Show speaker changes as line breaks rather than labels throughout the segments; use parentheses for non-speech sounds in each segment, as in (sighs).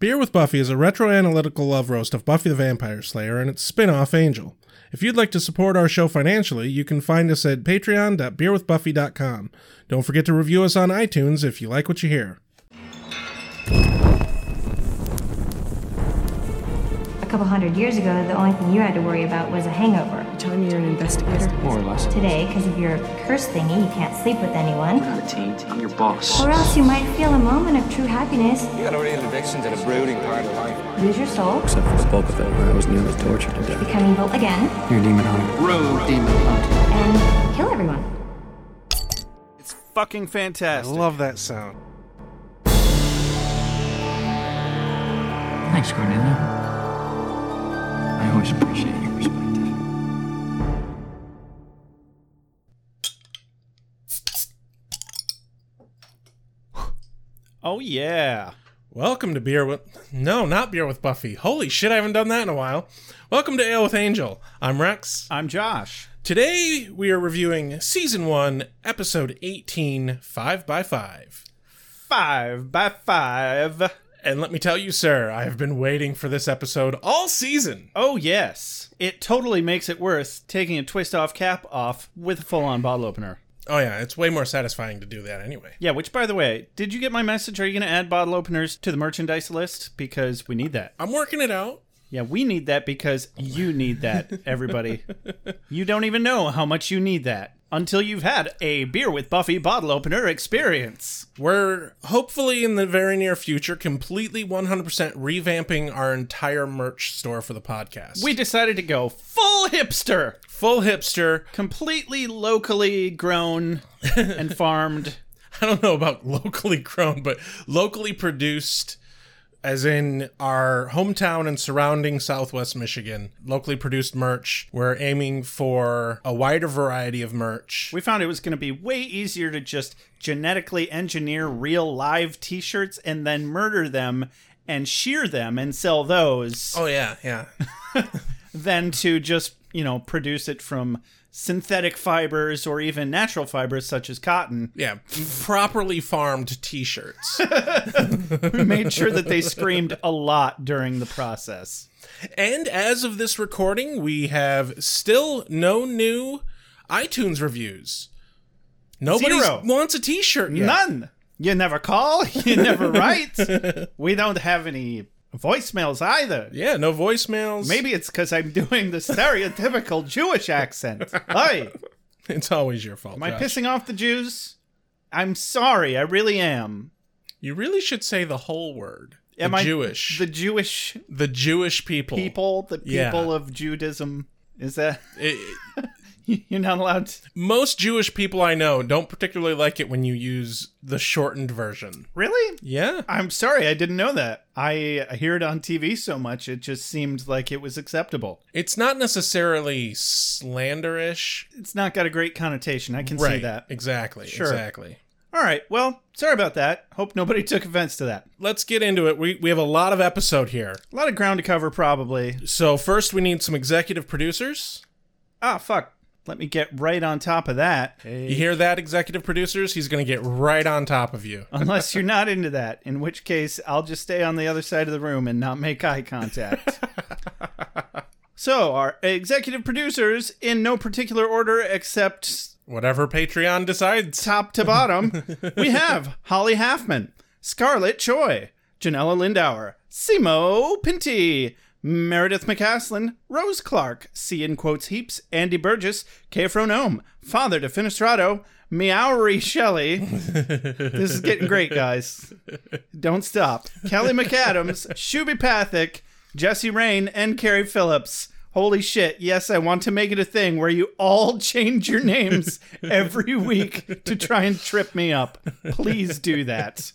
Beer with Buffy is a retroanalytical love roast of Buffy the Vampire Slayer and its spin off Angel. If you'd like to support our show financially, you can find us at patreon.beerwithbuffy.com. Don't forget to review us on iTunes if you like what you hear.
A couple hundred years ago, the only thing you had to worry about was a hangover.
Tell me you're an investigator.
More or less.
Today, because of your curse thingy, you can't sleep with anyone.
I'm the team. I'm your boss.
Or else you might feel a moment of true happiness,
You got a real addiction to the brooding part of life.
lose your soul,
except for the bulk of it, where I was nearly tortured to death.
become evil again,
You're a demon hunter.
Road demon hunter.
and kill everyone.
It's fucking
I
fantastic.
love that sound.
Thanks, Cornelia. I always appreciate your perspective.
oh yeah.
Welcome to Beer with. No, not Beer with Buffy. Holy shit, I haven't done that in a while. Welcome to Ale with Angel. I'm Rex.
I'm Josh.
Today, we are reviewing Season 1, Episode 18, 5x5.
Five by five.
And let me tell you, sir, I have been waiting for this episode all season.
Oh yes. It totally makes it worth taking a twist off cap off with a full on bottle opener.
Oh, yeah, it's way more satisfying to do that anyway.
Yeah, which by the way, did you get my message? Are you gonna add bottle openers to the merchandise list? Because we need that.
I'm working it out.
Yeah, we need that because you need (laughs) that, everybody. you don't even know how much you need that until you've had a beer with Buffy bottle opener experience.
We're hopefully in the very near future completely 100% revamping our entire merch store for the podcast.
We decided to go full hipster.
full hipster.
completely locally grown and farmed.
I don't know about locally grown, but locally produced, as in our hometown and surrounding Southwest Michigan. Locally produced merch. We're aiming for a wider variety of merch.
We found it was going to be way easier to just genetically engineer real live t shirts and then murder them and shear them and sell those
oh, yeah, yeah.
than to just, you know, produce it from synthetic fibers or even natural fibers such as cotton.
Yeah. (laughs) Properly farmed t shirts.
We made sure that they screamed a lot during the process.
And as of this recording, we have still no new iTunes reviews. Nobody
Zero.
wants a T-shirt yet.
None. You never call. You never write. we don't have any voicemails either.
yeah, no voicemails.
Maybe it's because I'm doing the stereotypical
(laughs)
Jewish accent. Hi,
(laughs) it's always your fault.
am I
Josh.
pissing off the Jews? I'm sorry, I really am.
You really should say the whole word.
Am
the
I
Jewish?
The Jewish
the Jewish people.
people, the people
Yeah.
of Judaism. Is that (laughs)
It-
you're not allowed? To,
most Jewish people I know don't particularly like it when you use the shortened version.
really?
Yeah.
I'm sorry, I didn't know that. I hear it on TV so much, it just seemed like it was acceptable.
It's not necessarily slanderish.
It's not got a great connotation. I can see that.
Exactly.
Sure.
Exactly.
All right. Well, sorry about that. Hope nobody took offense to that.
Let's get into it. We we have a lot of episode here.
A lot of ground to cover, probably.
So first, we need some executive producers.
Ah, fuck. Let me get right on top of that.
You hear that, executive producers? He's going to get right on top of you.
(laughs) Unless you're not into that, in which case I'll just stay on the other side of the room and not make eye contact. so, our executive producers, in no particular order except
Whatever Patreon decides. (laughs)
top to bottom, we have Holly Halfman, Scarlett Choi, Janella Lindauer, Simo Pinty, Meredith McCaslin, Rose Clark, C in quotes heaps, Andy Burgess, Kefron Ohm, Father to Finestrato, Meowry Shelley. this is getting great, guys. Don't stop. Kelly McAdams, Shuby Pathick, Jesse Rain, and Carrie Phillips. Holy shit, yes, I want to make it a thing where you all (laughs) change your names every week to try and trip me up. Please do that.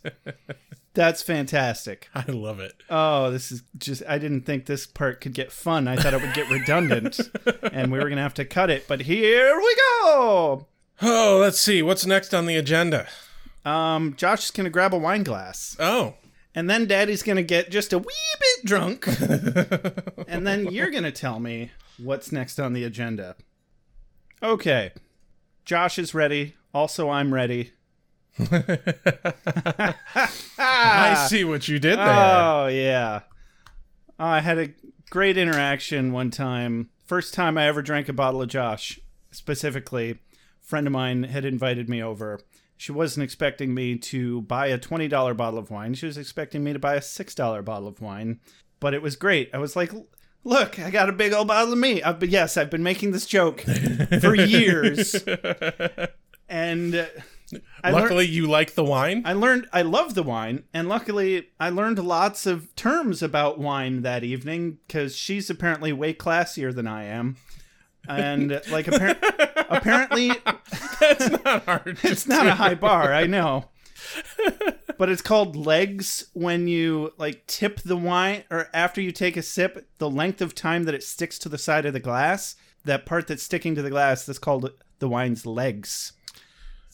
That's fantastic.
I love it.
Oh, this is just, I didn't think this part could get fun. I thought it would get redundant and we were going to have to cut it, but here we go.
Oh, let's see. What's next on the agenda?
Um, Josh is going to grab a wine glass.
Oh,
And then daddy's going to get just a wee bit drunk. and then you're going to tell me what's next on the agenda. Okay. Josh is ready. Also, I'm ready.
I see what you did there.
Ah. Oh yeah. Oh, I had a great interaction one time. First time I ever drank a bottle of Josh. Specifically, a friend of mine had invited me over. She wasn't expecting me to buy a $20 bottle of wine. She was expecting me to buy a $6 bottle of wine. But it was great. I was like, "Look, I got a big old bottle of me." I've been, yes, I've been making this joke for years. and uh, I learned-
Luckily, you like the wine.
I learned I love the wine, and luckily I learned lots of terms about wine that evening because she's apparently way classier than I am, and like appar-
(laughs)
apparently
That's not hard.
it's not a high
(laughs)
bar. I know, but it's called legs when you like tip the wine or after you take a sip, the length of time that it sticks to the side of the glass, that part that's sticking to the glass, that's called the wine's legs.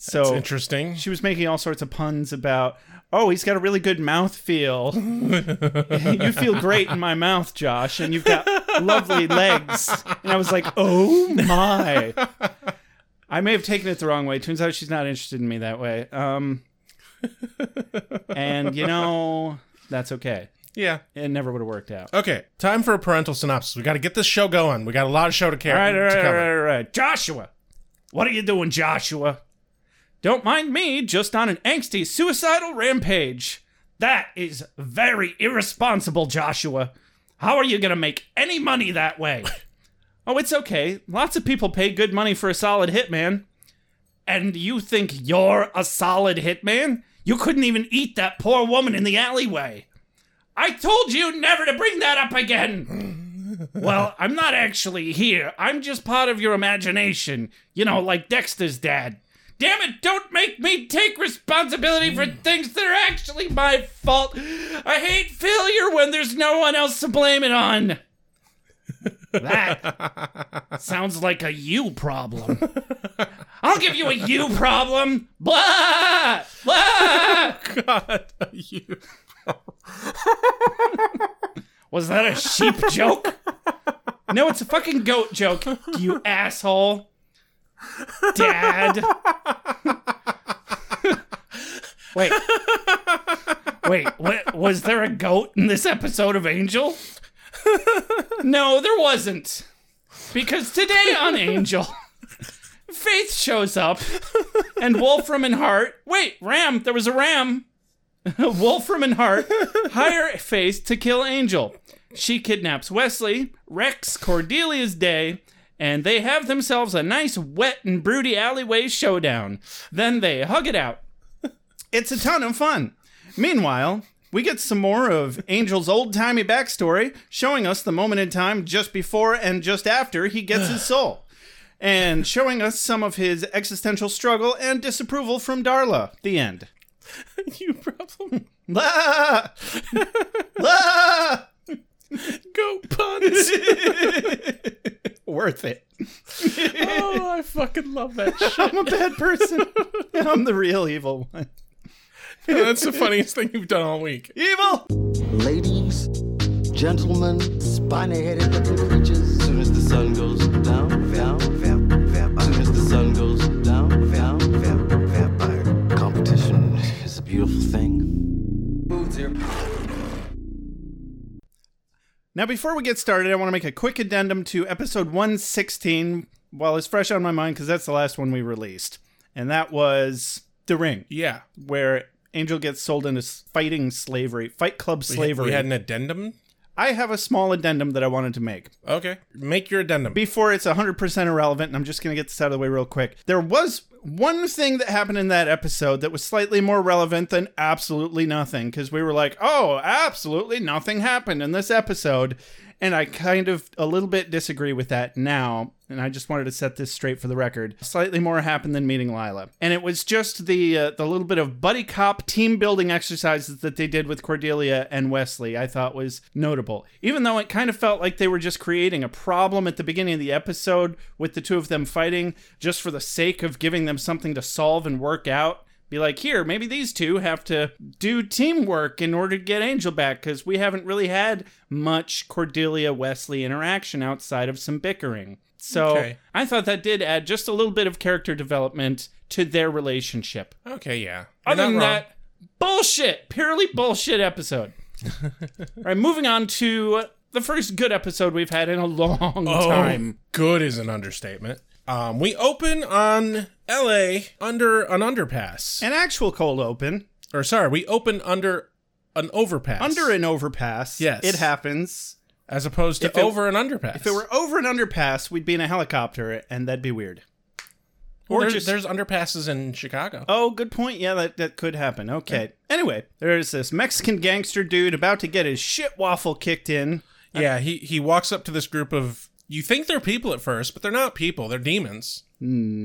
So
interesting.
she was making all sorts of puns about oh he's got a really good mouth feel (laughs) you feel great in my mouth josh and you've got lovely legs and i was like oh my i may have taken it the wrong way turns out she's not interested in me that way um and you know that's okay
Yeah.
it never would have worked out
Okay. Time for a parental synopsis. We got to get this show going. We got a lot of show to, care-
All right, all
to
right, all
cover.
right, all right. Joshua, what are you doing, Joshua? Don't mind me, just on an angsty suicidal rampage. That is very irresponsible, Joshua. How are you going to make any money
(laughs)
that way? oh, it's okay. Lots of people pay good money for a solid hitman. And you think you're a solid hitman? You couldn't even eat that poor woman in the alleyway. I told you never to bring that up again. Well, I'm not actually here. I'm just part of your imagination. You know, like Dexter's dad. Damn it, don't make me take responsibility for things that are actually my fault. I hate failure when there's no one else to blame it on. That sounds like a you problem. I'll give you a you problem. Blah! Blah!
God, you.
Was that a sheep joke? No, it's a fucking goat joke, you asshole. Dad. Wait. Wait, what, was there a goat in this episode of Angel? No, there wasn't. Because today on Angel, Faith shows up and Wolfram and Hart. Wait, Ram, there was a Ram. (laughs) Wolfram and Hart hire Faith to kill Angel. She kidnaps Wesley, wrecks Cordelia's day, and they have themselves a nice, wet, and broody alleyway showdown. Then they hug it out. (laughs) It's a ton of fun. Meanwhile, we get some more of Angel's old timey backstory, showing us the moment in time just before and just after he gets (sighs) his soul, and showing us some of his existential struggle and disapproval from Darla. The end.
You problem. (laughs)
La! La!
Go puns.
(laughs) Worth it.
oh, I fucking love that shit.
I'm a bad person. I'm the real evil one.
That's the funniest thing you've done all week.
Evil!
Ladies, gentlemen, spiny-headed looking creatures. Soon as the sun goes down, down, down, down. Soon as the sun goes down, down, down, vampire. Competition is a beautiful thing.
Now, before we get started, I want to make a quick addendum to episode 116 while it's fresh on my mind because that's the last one we released. And that was The Ring,
Yeah. We-
where Angel gets sold into s- fighting slavery, fight club slavery.
We had an addendum.
I have a small addendum that I wanted to make.
Okay. Make your addendum.
before it's 100% irrelevant, and I'm just going to get this out of the way real quick. There was one thing that happened in that episode that was slightly more relevant than absolutely nothing because we were like, oh, absolutely nothing happened in this episode. And I kind of a little bit disagree with that now. And I just wanted to set this straight for the record. Slightly more happened than meeting Lila, and it was just the uh, the little bit of buddy cop team building exercises that they did with Cordelia and Wesley. I thought was notable, even though it kind of felt like they were just creating a problem at the beginning of the episode with the two of them fighting just for the sake of giving them something to solve and work out. Be like, here, maybe these two have to do teamwork in order to get Angel back because we haven't really had much Cordelia Wesley interaction outside of some bickering. So
Okay.
I thought that did add just a little bit of character development to their relationship.
Okay, yeah. You're
Other
not
than
wrong.
that, bullshit, purely bullshit (laughs) episode. All right, moving on to the first good episode we've had in a long time.
Oh, Good is an understatement. Um, we open on LA under an underpass.
An actual cold open
or sorry, we open under an overpass.
under an overpass.
Yes.
It happens.
as opposed to
If it-
over an underpass.
If it were over an underpass, we'd be in a helicopter and that'd be weird.
Well,
or
there's,
just-
there's underpasses in Chicago.
Oh, good point. Yeah, that, that could happen. Okay. Anyway, there's this Mexican gangster dude about to get his shit waffle kicked in.
Yeah, he he walks up to this group of you think they're people at first, but they're not people, they're demons.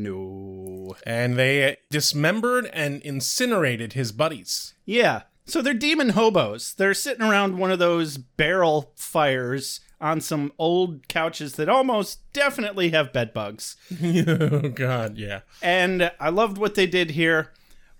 No.
And they dismembered and incinerated his buddies. (laughs)
Yeah. So they're demon hobos. They're sitting around one of those barrel fires on some old couches that almost definitely have bed bugs.
oh god, yeah.
And I loved what they did here.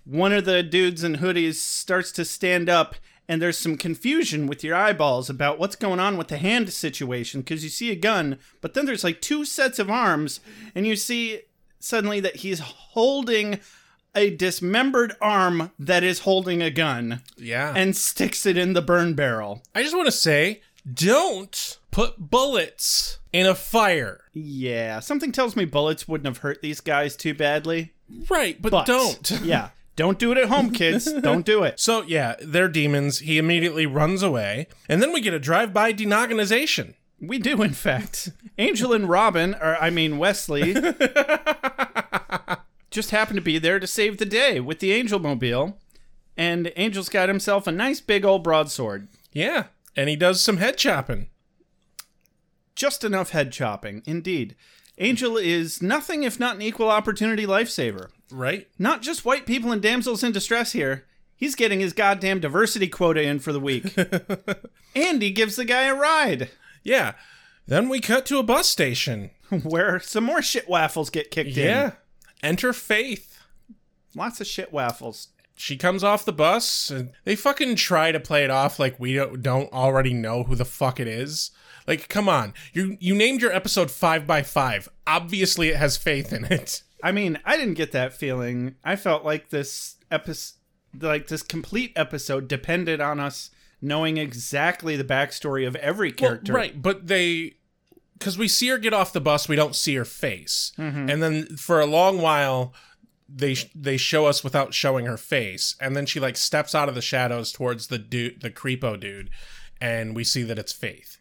One of the dudes in hoodies starts to stand up, and there's some confusion with your eyeballs about what's going on with the hand situation because you see a gun, but then there's like two sets of arms, and you see suddenly that he's holding a dismembered arm that is holding a gun
Yeah. And
and sticks it in the burn barrel.
I just want to say don't put bullets in a fire.
Yeah, something tells me bullets wouldn't have hurt these guys too badly.
Right, but, (laughs)
But
don't.
(laughs) yeah, don't do it at home,
(laughs)
kids. Don't do it.
So yeah, they're demons. He immediately runs away, and then we get a drive-by denogonization.
We do, in fact. Angel and Robin, or I mean Wesley,
(laughs)
just happened to be there to save the day with the Angel Mobile, and Angel's got himself a nice big old broadsword.
Yeah, and he does some head chopping.
Just enough head chopping, indeed. Angel is nothing if not an equal opportunity lifesaver.
Right?
Not just white people and damsels in distress here. He's getting his goddamn diversity quota in for the week.
(laughs)
and he gives the guy a ride
Yeah. Then we cut to a bus station.
where some more shit waffles get kicked in.
Yeah. Enter Faith.
Lots of shit waffles.
She comes off the bus, and they fucking try to play it off like we don't, don't already know who the fuck it is. Like, come on, you you named your episode five by five. Obviously, it has faith in it.
I mean, I didn't get that feeling. I felt like this episode, like this complete episode, depended on us knowing exactly the backstory of every character.
Well, right, but they because we see her get off the bus, we don't see her face, and then for a long while they sh- they show us without showing her face, and then she like steps out of the shadows towards the dude, the creepo dude, and we see that it's Faith.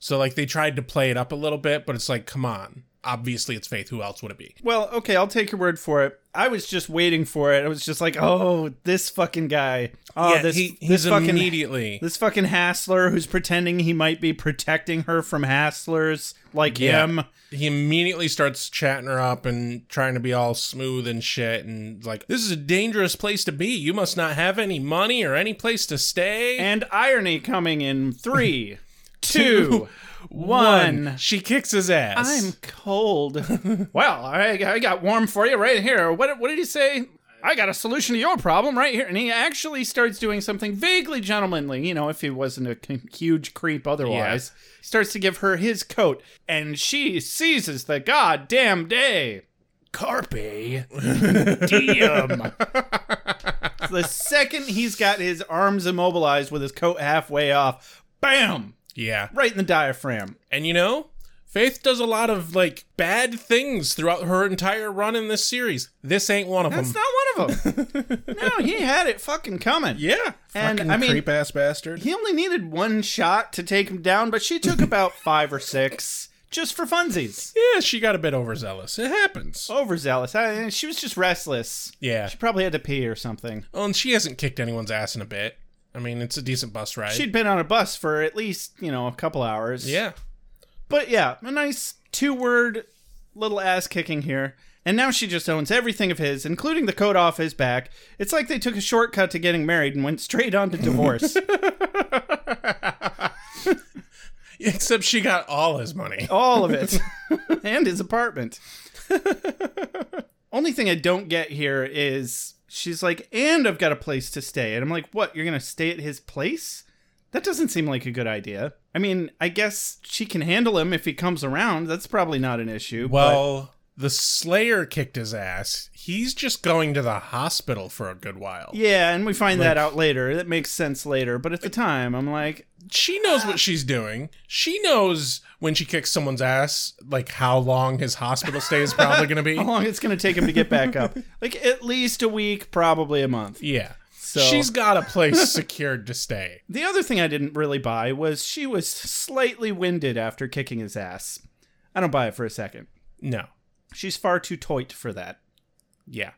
So like they tried to play it up a little bit, but it's like, come on, obviously it's Faith. Who else would it be?
Well, okay, I'll take your word for it. I was just waiting for it. I was just like, oh, this fucking guy. Oh,
Yeah,
this
he-
this
he's
fucking
immediately-
this fucking hassler who's pretending he might be protecting her from hasslers like
Yeah.
him.
He immediately starts chatting her up and trying to be all smooth and shit, and like, this is a dangerous place to be. You must not have any money or any place to stay.
And irony coming in (laughs) three, two, one.
She kicks his ass.
I'm (laughs) cold. well, I, I got warm for you right here. What, what did he say? I got a solution to your problem right here. And he actually starts doing something vaguely gentlemanly, you know, if he wasn't a c- huge creep otherwise. He starts to give her his coat, and she seizes the goddamn day. Carpe (laughs) diem. the second he's got his arms immobilized with his coat halfway off, bam!
(laughs) Yeah.
Right in the diaphragm.
And you know, Faith does a lot of like bad things throughout her entire run in this series. This ain't one of
That's
them.
not one of them. Um, (laughs) no, he had it fucking coming.
yeah.
and
Fucking
I mean,
creep ass bastard.
he only needed one shot to take him down, but she took about (laughs) five or six just for funsies.
Yeah, she got a bit overzealous. It happens.
Overzealous. I, eh, she was just restless.
Yeah.
Oh, She probably had to pee or something.
Oh, and she hasn't kicked anyone's ass in a bit. I mean, it's a decent bus ride.
She'd been on a bus for at least, you know, a couple hours.
yeah.
But yeah, a nice two word little ass kicking here. And now she just owns everything of his, including the coat off his back. It's like they took a shortcut to getting married and went straight on to divorce.
Except she got all his money.
all of it (laughs) and his apartment only thing i don't get here is she's like, and I've got a place to stay. And I'm like, what? You're going to stay at his place? That doesn't seem like a good idea. I mean, I guess she can handle him if he comes around. That's probably not an issue. but-
Well, the Slayer kicked his ass. He's just going to the hospital for a good while.
yeah, and we find that out later. That makes sense later. But at the time, I'm like,
She knows what she's doing. She knows when she kicks someone's ass, like how long his hospital stay is probably going to be.
how long it's going to take him to get back up? like at least a week, probably a month.
Yeah. She's got a place secured to stay.
The other thing I didn't really buy was she was slightly winded after kicking his ass. I don't buy it for a second.
No.
She's far too toit for that.
Yeah.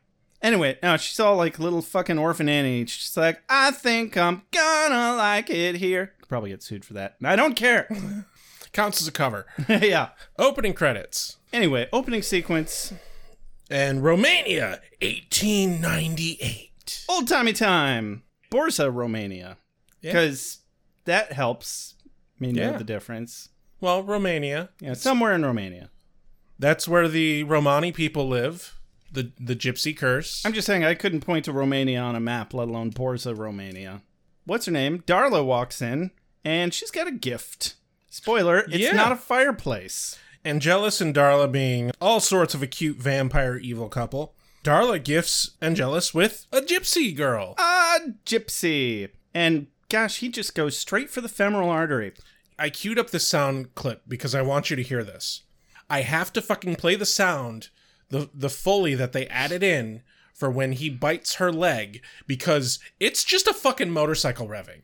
Anyway, now she's all like little fucking orphan Annie. She's like, I think I'm gonna like it here. Could Probably get sued for that. And I don't care. (laughs)
Counts as a cover.
yeah.
Opening credits.
Anyway, opening sequence,
And Romania, 1898.
old timey time, Borsa Romania, because that helps me know
Yeah.
the difference.
Well, Romania.
Yeah, somewhere in Romania.
That's where the Romani people live. The the gypsy curse.
I'm just saying I couldn't point to Romania on a map, let alone Borsa Romania. What's her name? Darla walks in and she's got a gift. Spoiler, it's
Yeah.
not a fireplace.
Angelus and Darla being all sorts of a cute vampire evil couple. Darla gifts Angelus with a gypsy girl.
Ah, gypsy. And gosh, he just goes straight for the femoral artery.
I queued up this sound clip because I want you to hear this. I have to fucking play the sound, the the foley that they added in for when he bites her leg because it's just a fucking motorcycle revving.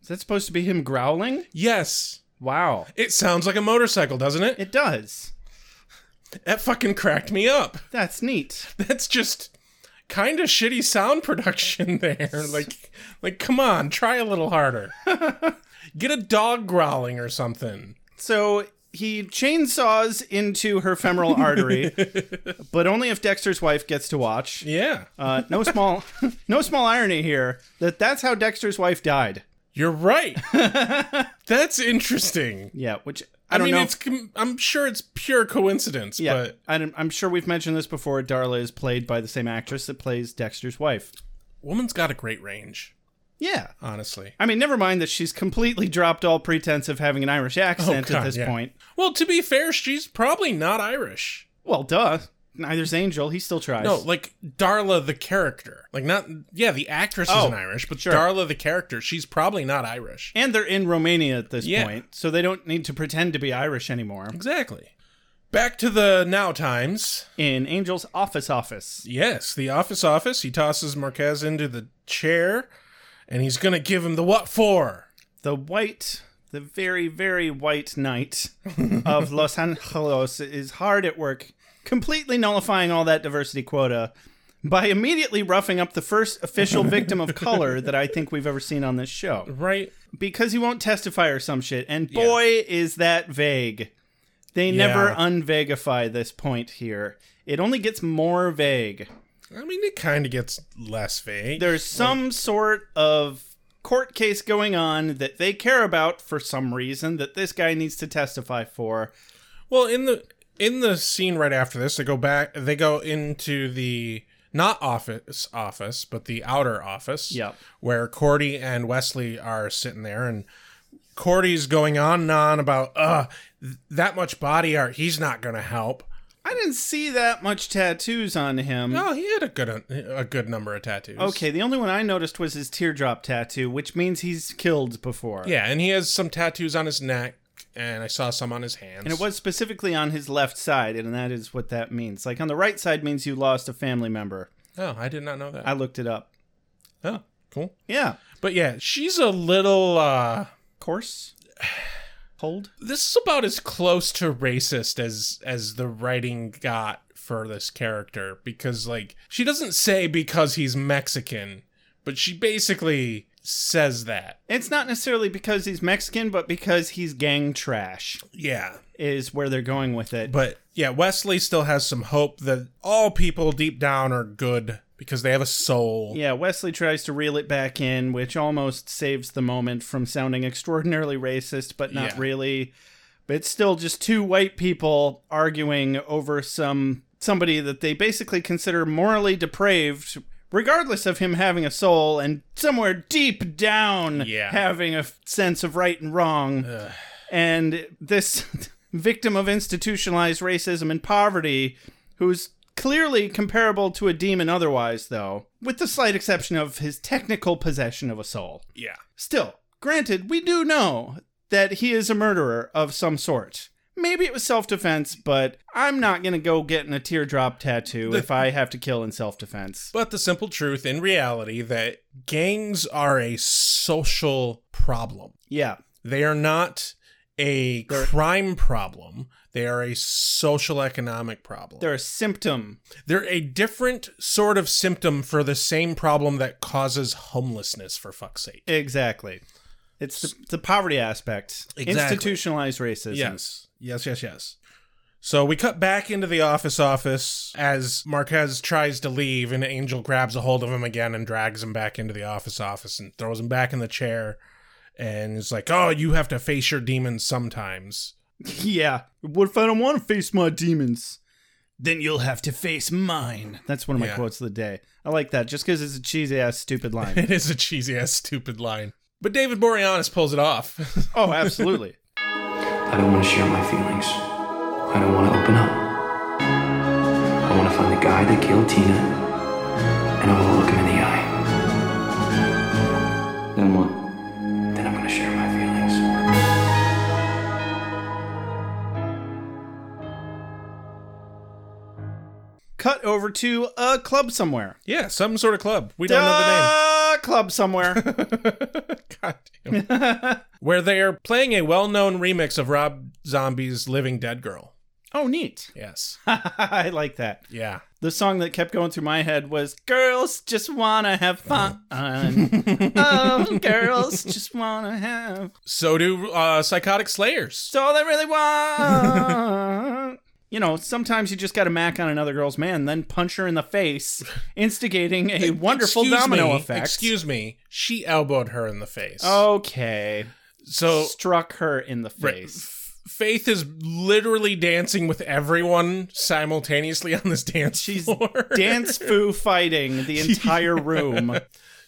Is that supposed to be him growling?
Yes,
Wow.
it sounds like a motorcycle, doesn't it?
It does.
That fucking cracked me up.
That's neat.
That's just kind of shitty sound production (laughs) there. Like like come on, try a little
(laughs)
harder. Get a dog growling or something.
So he chainsaws into her femoral
(laughs)
artery, but only if Dexter's wife gets to watch.
Yeah. (laughs)
Uh, no small, (laughs) no small irony here that that's how Dexter's wife died.
You're right.
(laughs)
That's interesting.
Yeah, which I,
I,
don't
mean,
know.
it's com- I'm sure it's pure coincidence,
yeah,
but
I'm, I'm sure we've mentioned this before. Darla is played by the same actress that plays Dexter's wife.
woman's got a great range,
Yeah,
honestly.
I mean, never mind that she's completely dropped all pretense of having an Irish accent
Oh, God,
at this
yeah.
point.
Well, to be fair, she's probably not Irish.
Well, duh. Neither's Angel. He still tries.
No, like Darla the character. Like not yeah, the actress
Oh,
isn't Irish, but
sure.
Darla the character, she's probably not Irish.
and they're in Romania at this
Yeah.
point, so they don't need to pretend to be Irish anymore.
Exactly. Back to the now times.
In Angel's office office.
Yes, the office office. He tosses Marquez into the chair and he's going to give him the what for.
the white, the very, very white knight of Los Angeles is hard at work, completely nullifying all that diversity quota by immediately roughing up the first official victim of color that I think we've ever seen on this show
Right?
because he won't testify or some shit. And boy, is that vague. They never
Yeah.
unvagify this point here. It only gets more vague.
I mean, it kind of gets less vague.
There's some sort of court case going on that they care about for some reason that this guy needs to testify for.
Well, in the in the scene right after this, they go back. They go into the not office office, but the outer office.
Yep.
Where Cordy and Wesley are sitting there, and Cordy's going on and on about uh th- that much body art. He's not going to help.
I didn't see that much tattoos on him.
Oh, he had a good a good number of tattoos.
Okay, the only one I noticed was his teardrop tattoo, which means he's killed before.
Yeah, and he has some tattoos on his neck, and I saw some on his hands.
And it was specifically on his left side, and that is what that means. Like on the right side means you lost a family member.
Oh, I did not know that.
I looked it up.
oh, cool.
Yeah.
But yeah, she's a little. uh
Coarse? Cold?
this is about as close to racist as as the writing got for this character because like she doesn't say because he's Mexican, but she basically says that.
It's not necessarily because he's Mexican, but because he's gang trash.
Yeah.
is where they're going with it.
But yeah, Wesley still has some hope that all people deep down are good because they have a soul.
Yeah, Wesley tries to reel it back in, which almost saves the moment from sounding extraordinarily racist, but not
Yeah.
really. But it's still just two white people arguing over some somebody that they basically consider morally depraved, regardless of him having a soul and somewhere deep down
Yeah.
having a f- sense of right and wrong. And this (laughs) victim of institutionalized racism and poverty who's clearly comparable to a demon otherwise, though, with the slight exception of his technical possession of a soul.
Yeah.
Still, granted, we do know that he is a murderer of some sort. Maybe it was self defense, but I'm not going to go getting a teardrop tattoo if I have to kill in self defense.
But the simple truth in reality that gangs are a social problem.
Yeah.
They are not a crime problem. They are a social economic problem.
They're a symptom.
They're a different sort of symptom for the same problem that causes homelessness, for fuck's sake.
Exactly. It's the, the poverty aspect.
Exactly.
Institutionalized racism.
Yes. Yes, yes, yes. So we cut back into the office office as Marquez tries to leave and Angel grabs a hold of him again and drags him back into the office office and throws him back in the chair and is like, "Oh, you have to face your demons sometimes." (laughs)
Yeah. What if I don't want to face my demons? Then you'll have to face mine. That's one of my
Yeah.
quotes of the day. I like that just because it's a cheesy ass, stupid line. (laughs)
It is a cheesy ass stupid line. But David Boreanaz pulls it off. (laughs)
oh, absolutely.
I don't want to share my feelings. I don't want to open up. I want to find the guy that killed Tina, and I want to look him in the eye.
Then what?
Then I'm going to share my feelings.
Cut over to a club somewhere.
yeah, some sort of club. We don't know the name.
Uh, club somewhere.
God damn. Where they are playing a well-known remix of Rob Zombie's "Living Dead Girl."
(laughs) oh, neat. (laughs)
Yes.
I like that.
Yeah.
The song that kept going through my head was Girls Just Wanna Have (laughs) Fun. oh, girls just wanna have.
So do uh, Psychotic Slayers.
It's all I really (laughs) want. you know, sometimes you just got to mac on another girl's man, then punch her in the face, instigating a wonderful
Excuse
domino
me,
effect. Oh.
Excuse me. She elbowed her in the face.
Okay. Oh.
so
Struck her in the
Right.
face. (laughs)
Faith is literally dancing with everyone simultaneously on this dance
She's
floor. (laughs)
Dance foo fighting (laughs) the entire room.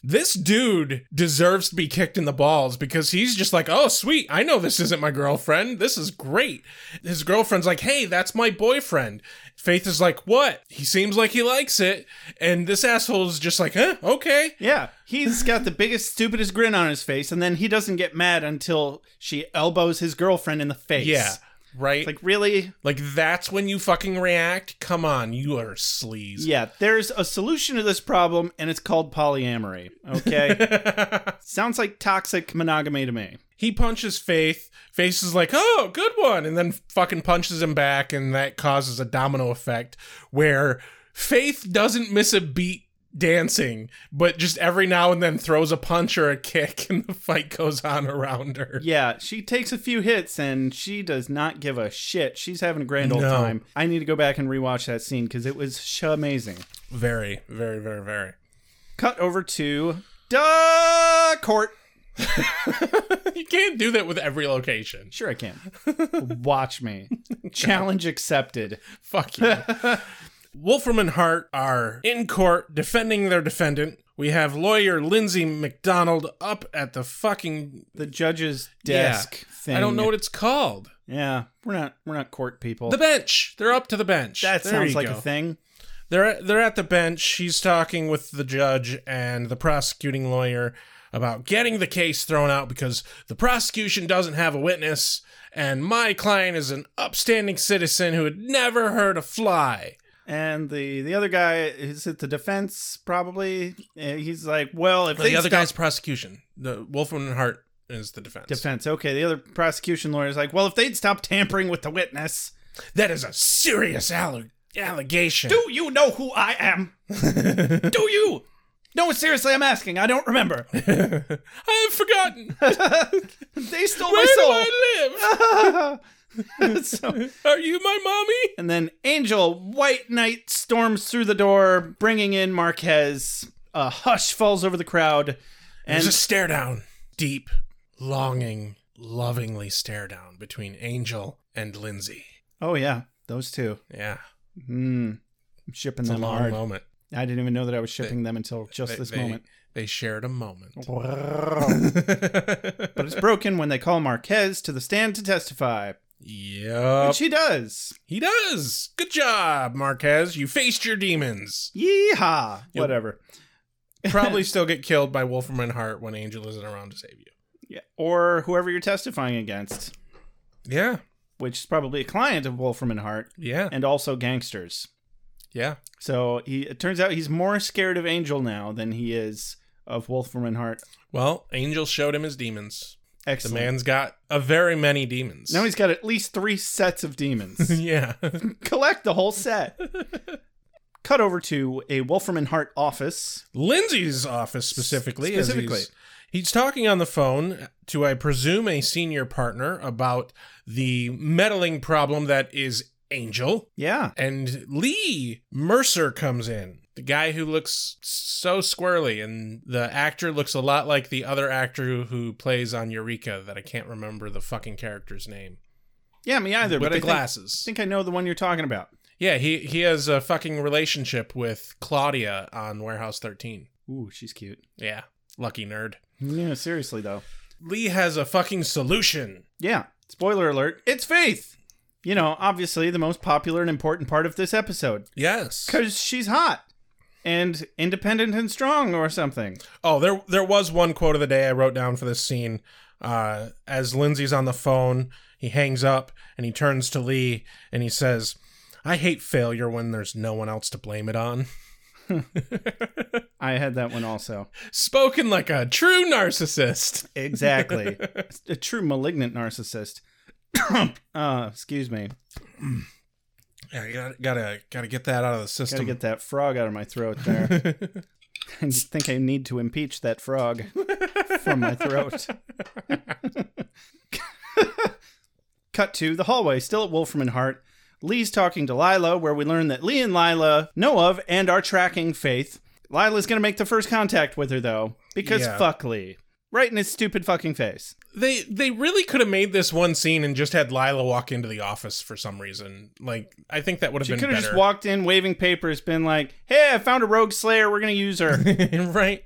this dude deserves to be kicked in the balls because he's just like, oh, sweet, I know this isn't my girlfriend. This is great. His girlfriend's like, hey, that's my boyfriend. Faith is like, what? He seems like he likes it. And this asshole is just like, huh, okay.
Yeah, he's got the biggest, stupidest grin on his face, and then he doesn't get mad until she elbows his girlfriend in the face.
Yeah. Right?
It's like, really?
Like that's when you fucking react. Come on, you are sleaze.
Yeah, there's a solution to this problem, and it's called polyamory. Okay?
(laughs)
Sounds like toxic monogamy to me.
He punches Faith. Faith is like, "Oh, good one," and then fucking punches him back, and that causes a domino effect where Faith doesn't miss a beat dancing, but just every now and then throws a punch or a kick, (laughs) and the fight goes on around her.
Yeah, she takes a few hits and she does not give a shit. She's having a grand old
No.
time. I need to go back and rewatch that scene because it was sh- amazing.
Very, very, very, very.
Cut over to Duh Court.
You can't do that with every location.
Sure, I can.
(laughs)
Watch me. Challenge accepted.
Fuck you. (laughs) Wolfram and Hart are in court defending their defendant. We have lawyer Lindsay McDonald up at the fucking
The judge's
Yeah.
desk thing.
I don't know what it's called.
Yeah, we're not we're not court people.
The bench. They're up to the bench.
that
There
sounds
you
like
go.
a thing.
They're they're at the bench. She's talking with the judge and the prosecuting lawyer about getting the case thrown out because the prosecution doesn't have a witness and my client is an upstanding citizen who had never hurt a fly.
And the the other guy is it the defense probably. Uh, He's like, well, if
The
they
other
stop-
guy's prosecution. The Wolfman and Hart is the defense.
defense. Okay, the other prosecution lawyer is like, well, if they'd stop tampering with the witness,
That is a serious alle- allegation.
do you know who I
(laughs)
am? do you? No, seriously, I'm asking. I don't remember. (laughs)
I have forgotten.
They stole
Where
my
do
(laughs) soul.
I live?
so,
Are you my mommy?
and then Angel White Knight storms through the door, bringing in Marquez. A hush falls over the crowd, and
There's a stare down. Deep, longing, lovingly stare down between Angel and Lindsay.
oh yeah, those two.
Yeah.
Mm, I'm shipping
It's a
them
long
hard.
moment.
I didn't even know that I was shipping them until just
They-
this
they-
moment. Oh.
They shared a moment.
(laughs) But it's broken when they call Marquez to the stand to testify,
yep.
which he does.
He does. Good job, Marquez. You faced your
(laughs)
demons.
Yeehaw!
Yep.
Whatever.
Probably still get killed by Wolfram and Hart when Angel isn't around to save you.
Yeah. Or whoever you're testifying against,
Yeah.
which is probably a client of Wolfram and (laughs) Hart,
Yeah.
and also gangsters.
yeah.
So he it turns out he's more scared of Angel now than he is of Wolfram and Hart.
Well, Angel showed him his demons. The
Excellent.
man's got a very many demons.
Now he's got at least three sets of demons.
(laughs) yeah.
collect the whole set. Cut over to a Wolfram and Hart office.
Lindsay's office specifically. as
Specifically.
he's, he's talking on the phone to, I presume, a senior partner about the meddling problem that is Angel.
Yeah.
And Lee Mercer comes in, the guy who looks so squirrely, and the actor looks a lot like the other actor who plays on Eureka that I can't remember the fucking character's name.
Yeah, me either.
With
but I
the
think-
glasses.
I think I know the one you're talking about.
yeah, he, he has a fucking relationship with Claudia on Warehouse 13.
Ooh, she's cute.
Yeah, lucky nerd.
Yeah, seriously though.
Lee has a fucking solution.
Yeah. Spoiler alert, it's Faith. You know, obviously the most popular and important part of this episode.
Yes.
Because she's hot and independent and strong or something.
Oh, there there was one quote of the day I wrote down for this scene. Uh, as Lindsay's on the phone, he hangs up and he turns to Lee and he says, "I hate failure when there's no one else to blame it on." (laughs)
I had that one also.
Spoken like a true narcissist.
Exactly. a true malignant narcissist. (coughs) uh, excuse me.
Yeah, you gotta gotta, gotta get that out of the
Gotta
system.
get that frog out of my throat there. I just think I need to impeach that frog from my throat. (laughs) Cut to the hallway, still at Wolfram and Hart. Lee's talking to Lila, where we learn that Lee and Lila know of and are tracking Faith. Lila's gonna make the first contact with her, though, because
Yeah.
fuck Lee. Right in his stupid fucking face.
they they really could have made this one scene and just had Lila walk into the office for some reason. Like I think that would have
She
been
could
better.
have just walked in waving papers, been like, hey, I found a rogue slayer, we're gonna use her.
(laughs) (laughs) right.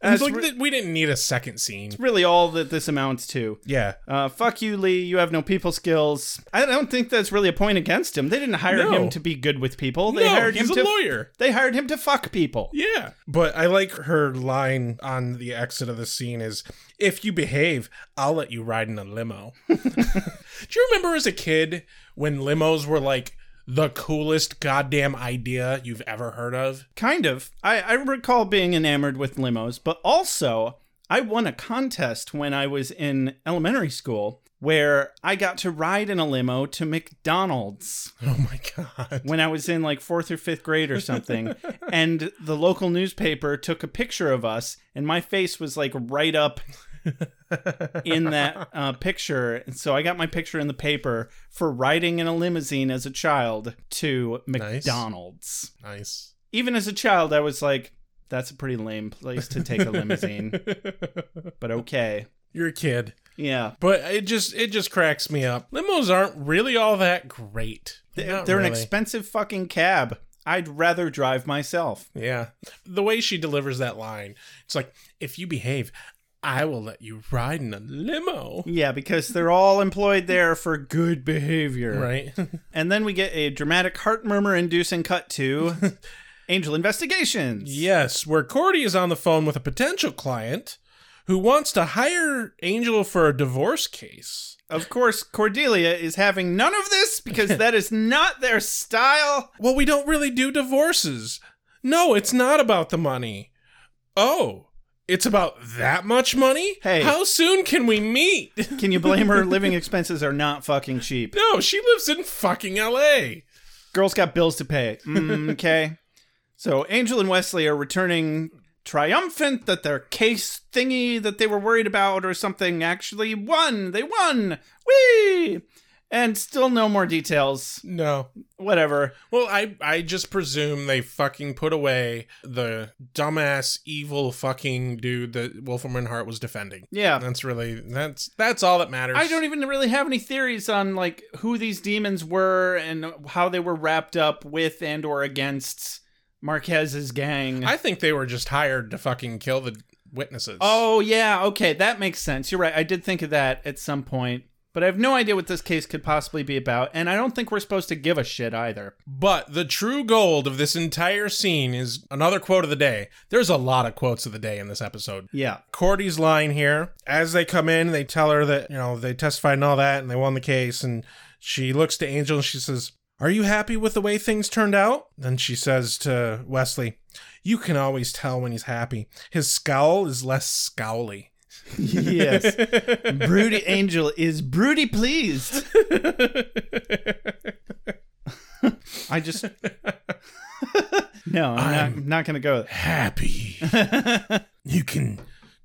That's
It's like
re-
that we didn't need a second scene.
really all that this amounts to.
Yeah.
Uh, fuck you, Lee. You have no people skills. I don't think that's really a point against him. They didn't hire
No.
him to be good with people. They
no,
hired
he's
him
a
to.
lawyer.
They hired him to fuck people.
Yeah. But I like her line on the exit of the scene is if you behave, I'll let you ride in a limo. (laughs) Do you remember as a kid when limos were like the coolest goddamn idea you've ever heard of? (laughs)
Kind of. I, I recall being enamored with limos, but also I won a contest when I was in elementary school where I got to ride in a limo to McDonald's
Oh my god.
when I was in like fourth or fifth grade or
(laughs)
something. and the local newspaper took a picture of us, and my face was like right up in that uh, picture. And so I got my picture in the paper for riding in a limousine as a child to
Nice.
McDonald's.
Nice.
Even as a child, I was like, that's a pretty lame place to take
(laughs)
a limousine, but okay.
You're a kid.
Yeah.
But it just it just cracks me up. Limos aren't really all that great.
They're,
Not
they're an
really.
expensive fucking cab. I'd rather drive myself.
Yeah. The way she delivers that line, it's like, if you behave, I will let you ride in a limo.
Yeah, because they're all employed there for good behavior.
Right? (laughs)
And then we get a dramatic heart murmur inducing cut to Angel Investigations.
yes, where Cordy is on the phone with a potential client who wants to hire Angel for a divorce case.
Of course, Cordelia is having none of this because that is not their style.
Well, we don't really do divorces. No, it's not about the money. Oh, it's about that much money?
Hey.
How soon can we meet?
Can you blame her? Living expenses are not fucking cheap.
no, she lives in fucking LA.
Girls got bills to pay. Mm, (laughs) Okay. So Angel and Wesley are returning triumphant that their case thingy that they were worried about or something actually won. They won. Whee! And still no more details.
No.
Whatever.
Well, I I just presume they fucking put away the dumbass evil fucking dude that Wolfram Hart was defending.
Yeah.
That's really that's that's all that matters.
I don't even really have any theories on like who these demons were and how they were wrapped up with and or against Marquez's gang.
I think they were just hired to fucking kill the witnesses.
oh yeah, okay, that makes sense. You're right. I did think of that at some point, but I have no idea what this case could possibly be about, and I don't think we're supposed to give a shit either.
But the true gold of this entire scene is another quote of the day. There's a lot of quotes of the day in this episode.
Yeah. (laughs)
Cordy's line here. As they come in, they tell her that, you know, they testified and all that and they won the case. And she looks to Angel and she says, Are you happy with the way things turned out? Then she says to Wesley, You can always tell when he's happy. His scowl is less scowly.
yes. Broody Angel is broody pleased. (laughs) I just (laughs) No, I'm, not, not gonna go.
Happy. (laughs) you can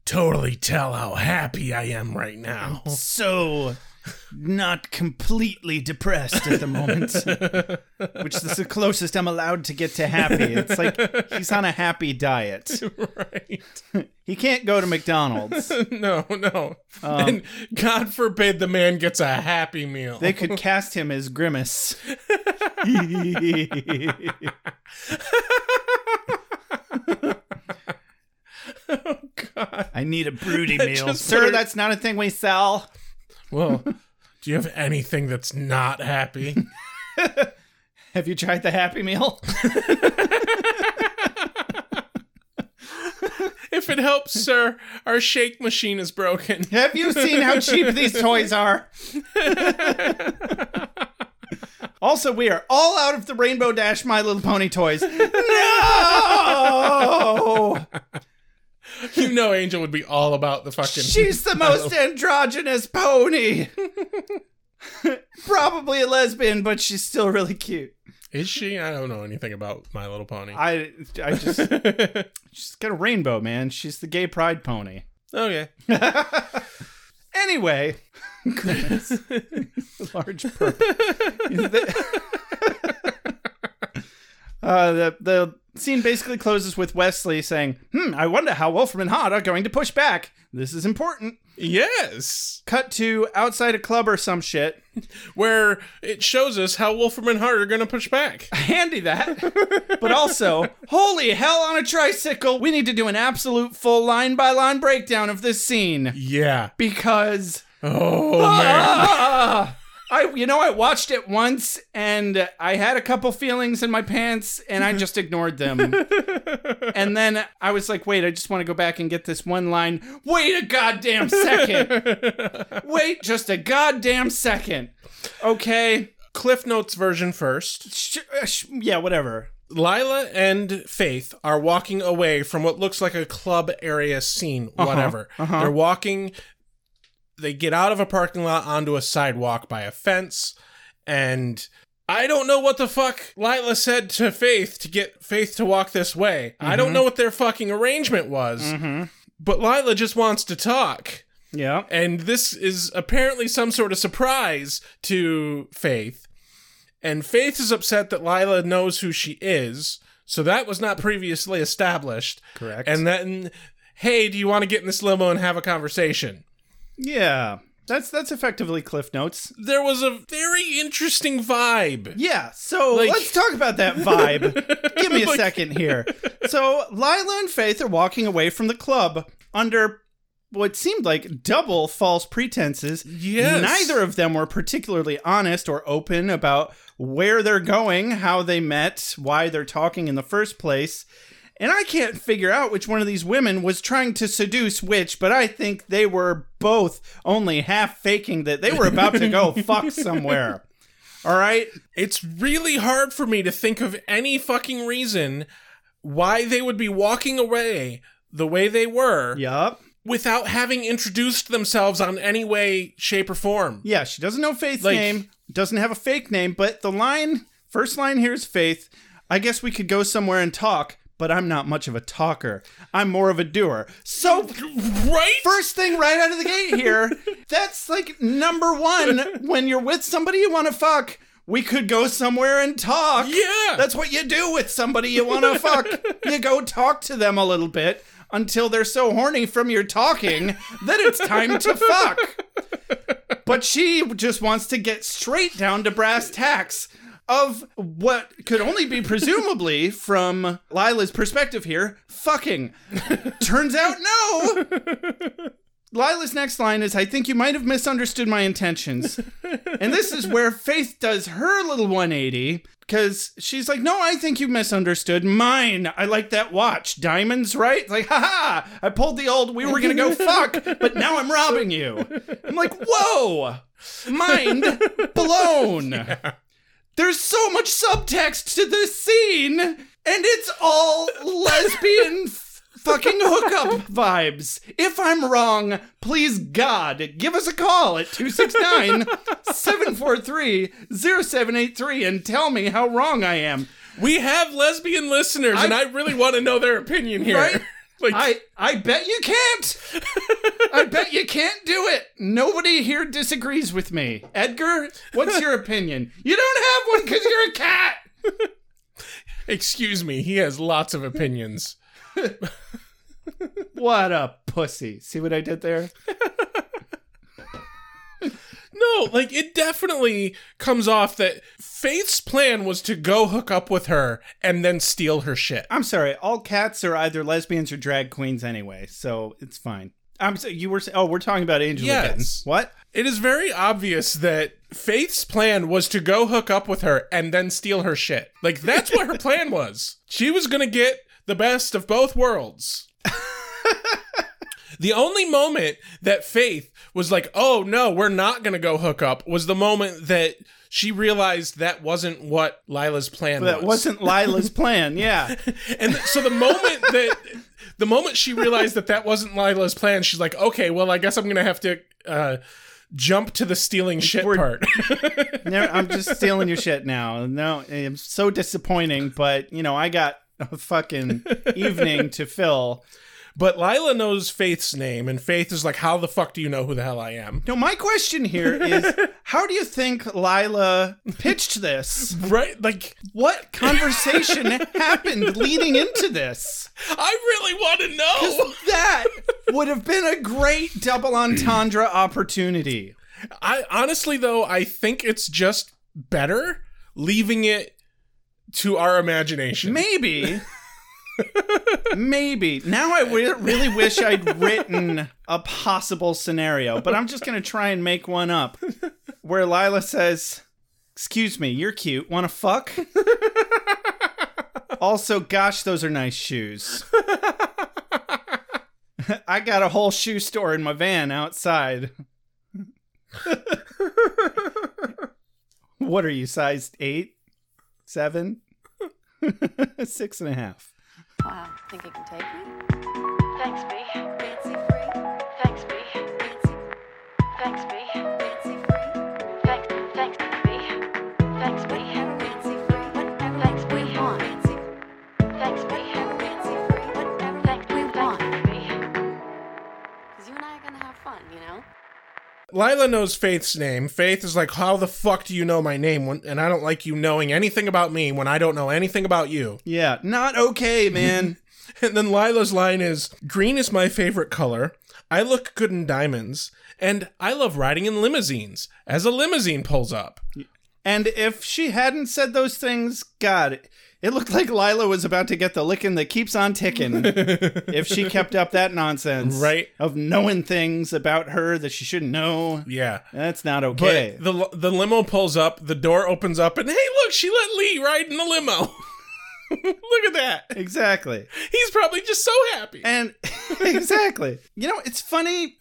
totally tell how happy I am right now.
So not completely depressed at the moment. Which is the closest I'm allowed to get to happy. It's like he's on a happy diet.
(laughs) right. (laughs)
He can't go to McDonald's.
No, no. and God forbid the man gets a happy meal.
They could cast him as Grimace. I need a broody meal.
just
Sir,
put it-
that's not a thing we sell.
Well, do you have anything that's not happy?
Have you tried the Happy Meal?
if it helps, sir, our shake machine is broken.
Have you seen how cheap these toys are? also, we are all out of the Rainbow Dash My Little Pony toys. No!
You know, Angel would be all about the
(laughs)
fucking.
She's the most androgynous (laughs) pony. Probably a lesbian, but she's still really cute.
Is she? I don't know anything about My Little Pony.
I, I just, (laughs) she's got a rainbow, man. She's the gay pride pony.
okay.
Anyway, Grimace. (laughs) large purple. uh, the the scene basically closes with Wesley saying, "Hmm, I wonder how Wolfram and Hart are going to push back. This is important."
Yes.
Cut to outside a club or some shit.
Where it shows us how Wolfram and Hart are going to push back.
Handy that, but also, holy hell on a tricycle! We need to do an absolute full line by line breakdown of this scene
Yeah.
because
Oh, man.
Ah! I you know I watched it once and I had a couple feelings in my pants and I just ignored them. and then I was like, wait, I just want to go back and get this one line. Wait a goddamn second. wait just a goddamn second. Okay.
Cliff Notes version first.
Sh- uh, sh- yeah, whatever.
Lila and Faith are walking away from what looks like a club area scene, whatever. They're walking, they get out of a parking lot onto a sidewalk by a fence, and I don't know what the fuck Lila said to Faith to get Faith to walk this way. I don't know what their fucking arrangement was, but Lila just wants to talk.
Yeah.
And this is apparently some sort of surprise to Faith. And Faith is upset that Lila knows who she is. So that was not previously established.
Correct.
And then, hey, do you want to get in this limo and have a conversation?
Yeah. That's that's effectively cliff notes.
There was a very interesting vibe.
Yeah, so
Like-
let's talk about
(laughs)
that vibe. Give me a
Like-
second here. So Lila and Faith are walking away from the club under what seemed like double false pretenses.
Yes.
Neither of them were particularly honest or open about where they're going, how they met, why they're talking in the first place. And I can't figure out which one of these women was trying to seduce which, but I think they were both only half faking that they were about
(laughs)
to go fuck somewhere. All right?
It's really hard for me to think of any fucking reason why they would be walking away the way they were
Yup.
without having introduced themselves on any way, shape, or form.
Yeah, she doesn't know Faith's
Like-
name, doesn't have a fake name, but the line, first line here is Faith. I guess we could go somewhere and talk, but I'm not much of a talker. I'm more of a doer. So
Right?
first thing right out of the gate here, that's like number one. When you're with somebody you want to fuck, we could go somewhere and talk.
Yeah.
That's what you do with somebody you want to fuck. You go talk to them a little bit until they're so horny from your talking that it's time to fuck. But she just wants to get straight down to brass tacks of what could only be presumably from Lila's perspective here, fucking. Turns out no. Lila's next line is I think you might have misunderstood my intentions. and this is where Faith does her little 180 because she's like, No, I think you misunderstood mine. I like that watch. Diamonds, right? Like, haha, I pulled the old, we were going to go fuck, but now I'm robbing you. I'm like, Whoa, mind blown. There's so much subtext to this scene, and it's all lesbian (laughs) f- fucking hookup vibes. If I'm wrong, please God, give us a call at 269 743 0783 and tell me how wrong I am.
We have lesbian listeners, and I really want to know their opinion here.
Right?
(laughs) like,
I, I bet you can't. I bet you can't do it. Nobody here disagrees with me. Edgar, what's your opinion? You don't have one because you're a cat.
excuse me, he has lots of opinions.
What a pussy. See what I did there?
No, like it definitely comes off that Faith's plan was to go hook up with her and then steal her shit.
I'm sorry. All cats are either lesbians or drag queens anyway, so it's fine. I'm so you were s- oh we're talking about Angela
Yes.
Kittens. What?
It is very obvious that Faith's plan was to go hook up with her and then steal her shit. Like that's what her
(laughs)
plan was. She was going to get the best of both worlds. the only moment that Faith was like, "Oh no, we're not going to go hook up," was the moment that she realized that wasn't what Lila's plan
That wasn't Lila's plan. Yeah.
and th- so the moment that the moment she realized that that wasn't Lila's plan, she's like, "Okay, well, I guess I'm gonna have to uh, jump to the stealing shit
We're-
part." (laughs)
No, I'm just stealing your shit now. No, it's so disappointing, but you know, I got a fucking evening to fill.
but Lila knows Faith's name, and Faith is like, "How the fuck do you know who the hell I am?"
No, my question here is how do you think Lila pitched this?
Right? Like,
What conversation happened leading into this?
I really want to know.
that would have been a great double entendre opportunity.
I honestly, though, I think it's just better leaving it to our imagination.
Maybe. Maybe. Now I wi- really wish I'd written a possible scenario, but I'm just going to try and make one up where Lila says, Excuse me, you're cute. Want to fuck? also, gosh, those are nice shoes. (laughs) I got a whole shoe store in my van outside. what are you, size eight? Seven? (laughs) Six and a half.
Wow, think you can take me? Thanks, B. Fancy free. Thanks, B. Fancy. Thanks, B. Fancy free. Thanks, thanks, B. Thanks, B. Fancy free. Whatever. Thanks, we want. Fancy. Thanks, B. Fancy free. Whatever. Thanks, we want. Because you and I are gonna have fun, you know.
Lila knows Faith's name. Faith is like, "How the fuck do you know my name?" When, and I don't like you knowing anything about me when I don't know anything about you.
Yeah, not okay,
(laughs)
man.
And then Lila's line is, "Green is my favorite color. I look good in diamonds, and I love riding in limousines." As a limousine pulls up,
and if she hadn't said those things, God, it looked like Lila was about to get the licking that keeps on ticking
(laughs)
if she kept up that nonsense.
Right.
Of knowing things about her that she shouldn't know.
yeah.
That's not
But
okay.
the the limo pulls up, the door opens up, and hey, look, she let Lee ride in the limo. (laughs) look at that.
exactly.
He's probably just so happy.
And (laughs) exactly. You know, it's funny.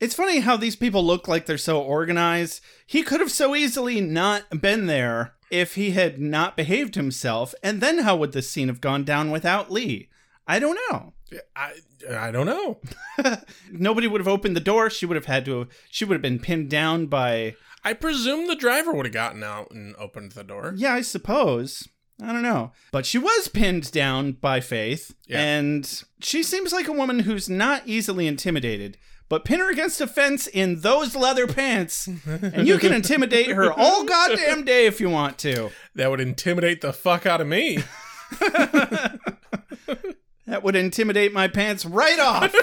It's funny how these people look like they're so organized. He could have so easily not been there if he had not behaved himself. And then how would this scene have gone down without Lee? I don't know.
I I don't know.
Nobody would have opened the door. She would have had to have, she would have been pinned down by,
I presume the driver would have gotten out and opened the door.
yeah, I suppose. I don't know. But she was pinned down by Faith,
Yeah.
and she seems like a woman who's not easily intimidated. But pin her against a fence in those leather pants, and you can intimidate her all goddamn day if you want to.
That would intimidate the fuck out of me. (laughs)
That would intimidate my pants right off.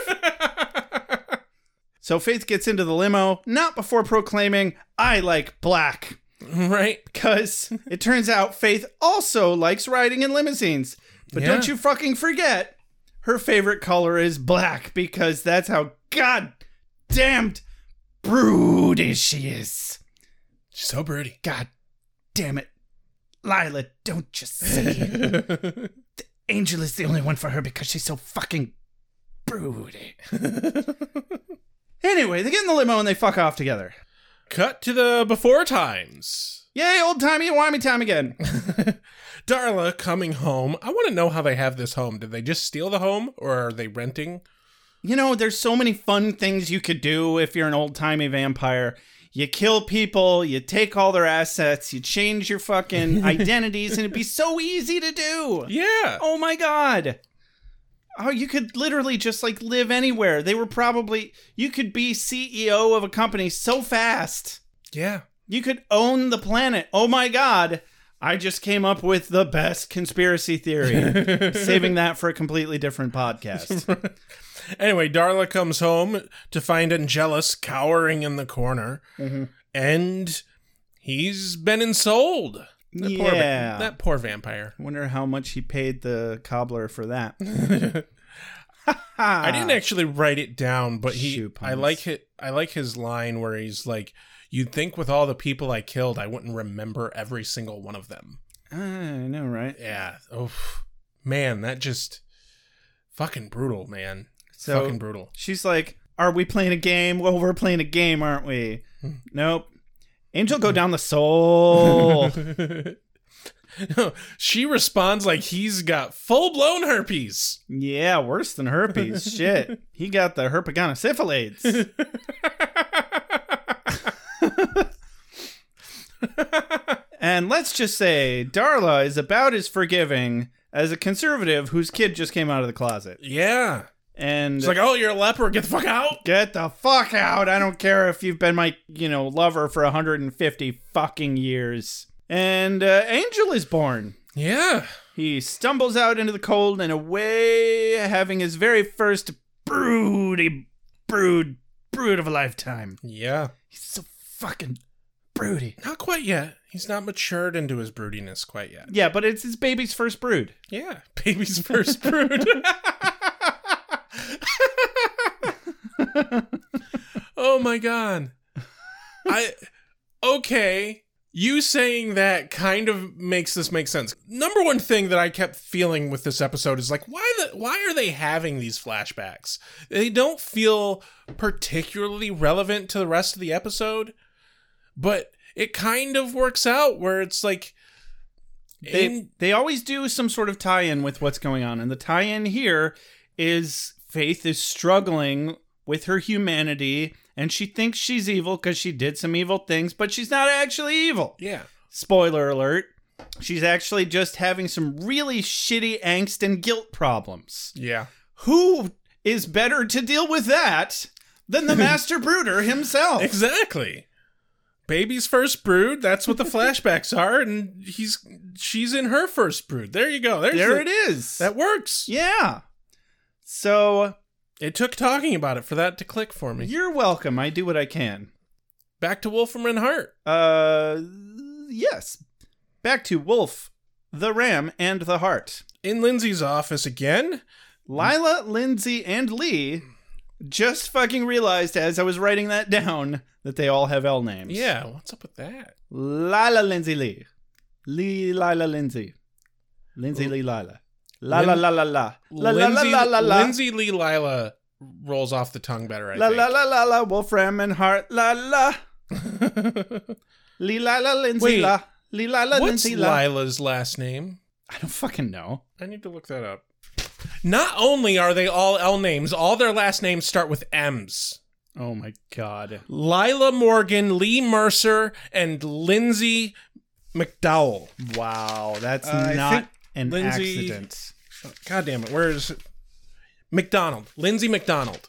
so Faith gets into the limo, not before proclaiming, I like black.
right?
Because it turns out Faith also likes riding in limousines. But don't
Yeah.
you fucking forget, her favorite color is black because that's how god damned brutish she is.
She's so pretty. (laughs)
God damn it. Lila, don't you see
(laughs)
it? Angel is the only one for her because she's so fucking broody. anyway, they get in the limo and they fuck off together.
Cut to the before times.
Yay, old timey wimey time again.
Darla coming home. I want to know how they have this home. Did they just steal the home or are they renting?
you know, there's so many fun things you could do if you're an old timey vampire. You kill people, you take all their assets, you change your fucking identities, and it'd be so easy to do.
Yeah.
Oh my god. Oh, you could literally just like live anywhere. They were probably you could be CEO of a company so fast.
Yeah.
You could own the planet. Oh my god. I just came up with the best conspiracy theory. Saving that for a completely different podcast.
Anyway, Darla comes home to find Angelus cowering in the corner.
Mm-hmm.
And he's been ensouled. That Poor,
Yeah.
va- that poor vampire.
Wonder how much he paid the cobbler for that. (laughs)
I didn't actually write it down, but he
Ah. Shoe puns.
I like it I like his line where he's like, You'd think with all the people I killed I wouldn't remember every single one of them.
Ah, I know, right?
Yeah. Oh man, that just fucking brutal, man.
So-
fucking brutal.
She's like, "Are we playing a game? Well, we're playing a game, aren't we?"
Hmm.
nope. Angel, go down
(laughs)
the soul.
she responds like he's got full blown herpes.
yeah, worse than herpes.
(laughs)
Shit, he got the herpagonosyphilides. and let's just say, Darla is about as forgiving as a conservative whose kid just came out of the closet.
Yeah.
And
It's like, oh, you're a leper. Get the fuck out.
Get the fuck out. I don't care if you've been my, you know, lover for 150 fucking years. And uh, Angel is born.
Yeah.
He stumbles out into the cold and away, having his very first broody, brood, brood of a lifetime.
Yeah.
He's so fucking broody.
Not quite yet. He's not matured into his broodiness quite yet.
Yeah, but it's his baby's first brood.
Yeah. Baby's first brood. oh my god. I okay. You saying that kind of makes this make sense. Number one thing that I kept feeling with this episode is like why the why are they having these flashbacks? They don't feel particularly relevant to the rest of the episode, but it kind of works out where it's like
They
in-
they always do some sort of tie-in with what's going on, and the tie-in here is Faith is struggling with her humanity, and she thinks she's evil because she did some evil things, but she's not actually evil.
yeah.
Spoiler alert: she's actually just having some really shitty angst and guilt problems.
Yeah.
Who is better to deal with that than the Master Brooder himself?
(laughs) Exactly. Baby's first brood, that's what the flashbacks are, and he's she's in her first brood. There you go. There's
There
the-
it is.
That works.
yeah. So
It took talking about it for that to click for me.
you're welcome. I do what I can.
Back to Wolfram and Hart.
Uh, yes. Back to Wolf, the Ram, and the Heart.
In Lindsay's office again.
Lila, Lindsay, and Lee just fucking realized as I was writing that down that they all have L names.
Yeah, what's up with that?
Lila, Lindsay, Lee. Lee, Lila, Lindsay. Lindsay, Lee, Lila. La la
Lin-
la la la. La la la
Lindsay,
la la la.
Lindsay Lee Lila rolls off the tongue better, I
La
think.
la la la la. Wolf, Ram, and Heart. La la. Lee, Lila, Lindsay,
Wait.
la. Lee, Lila,
(laughs) What's
Lindsay, la.
Lila's last name?
I don't fucking know.
I need to look that up. Not only are they all L names, all their last names start with M's.
Oh my god.
Lila Morgan, Lee Mercer, and Lindsay McDowell.
Wow, that's
Uh, I
not
think
an
Lindsay-
accident.
God damn it! Where is it? McDonald? Lindsay McDonald.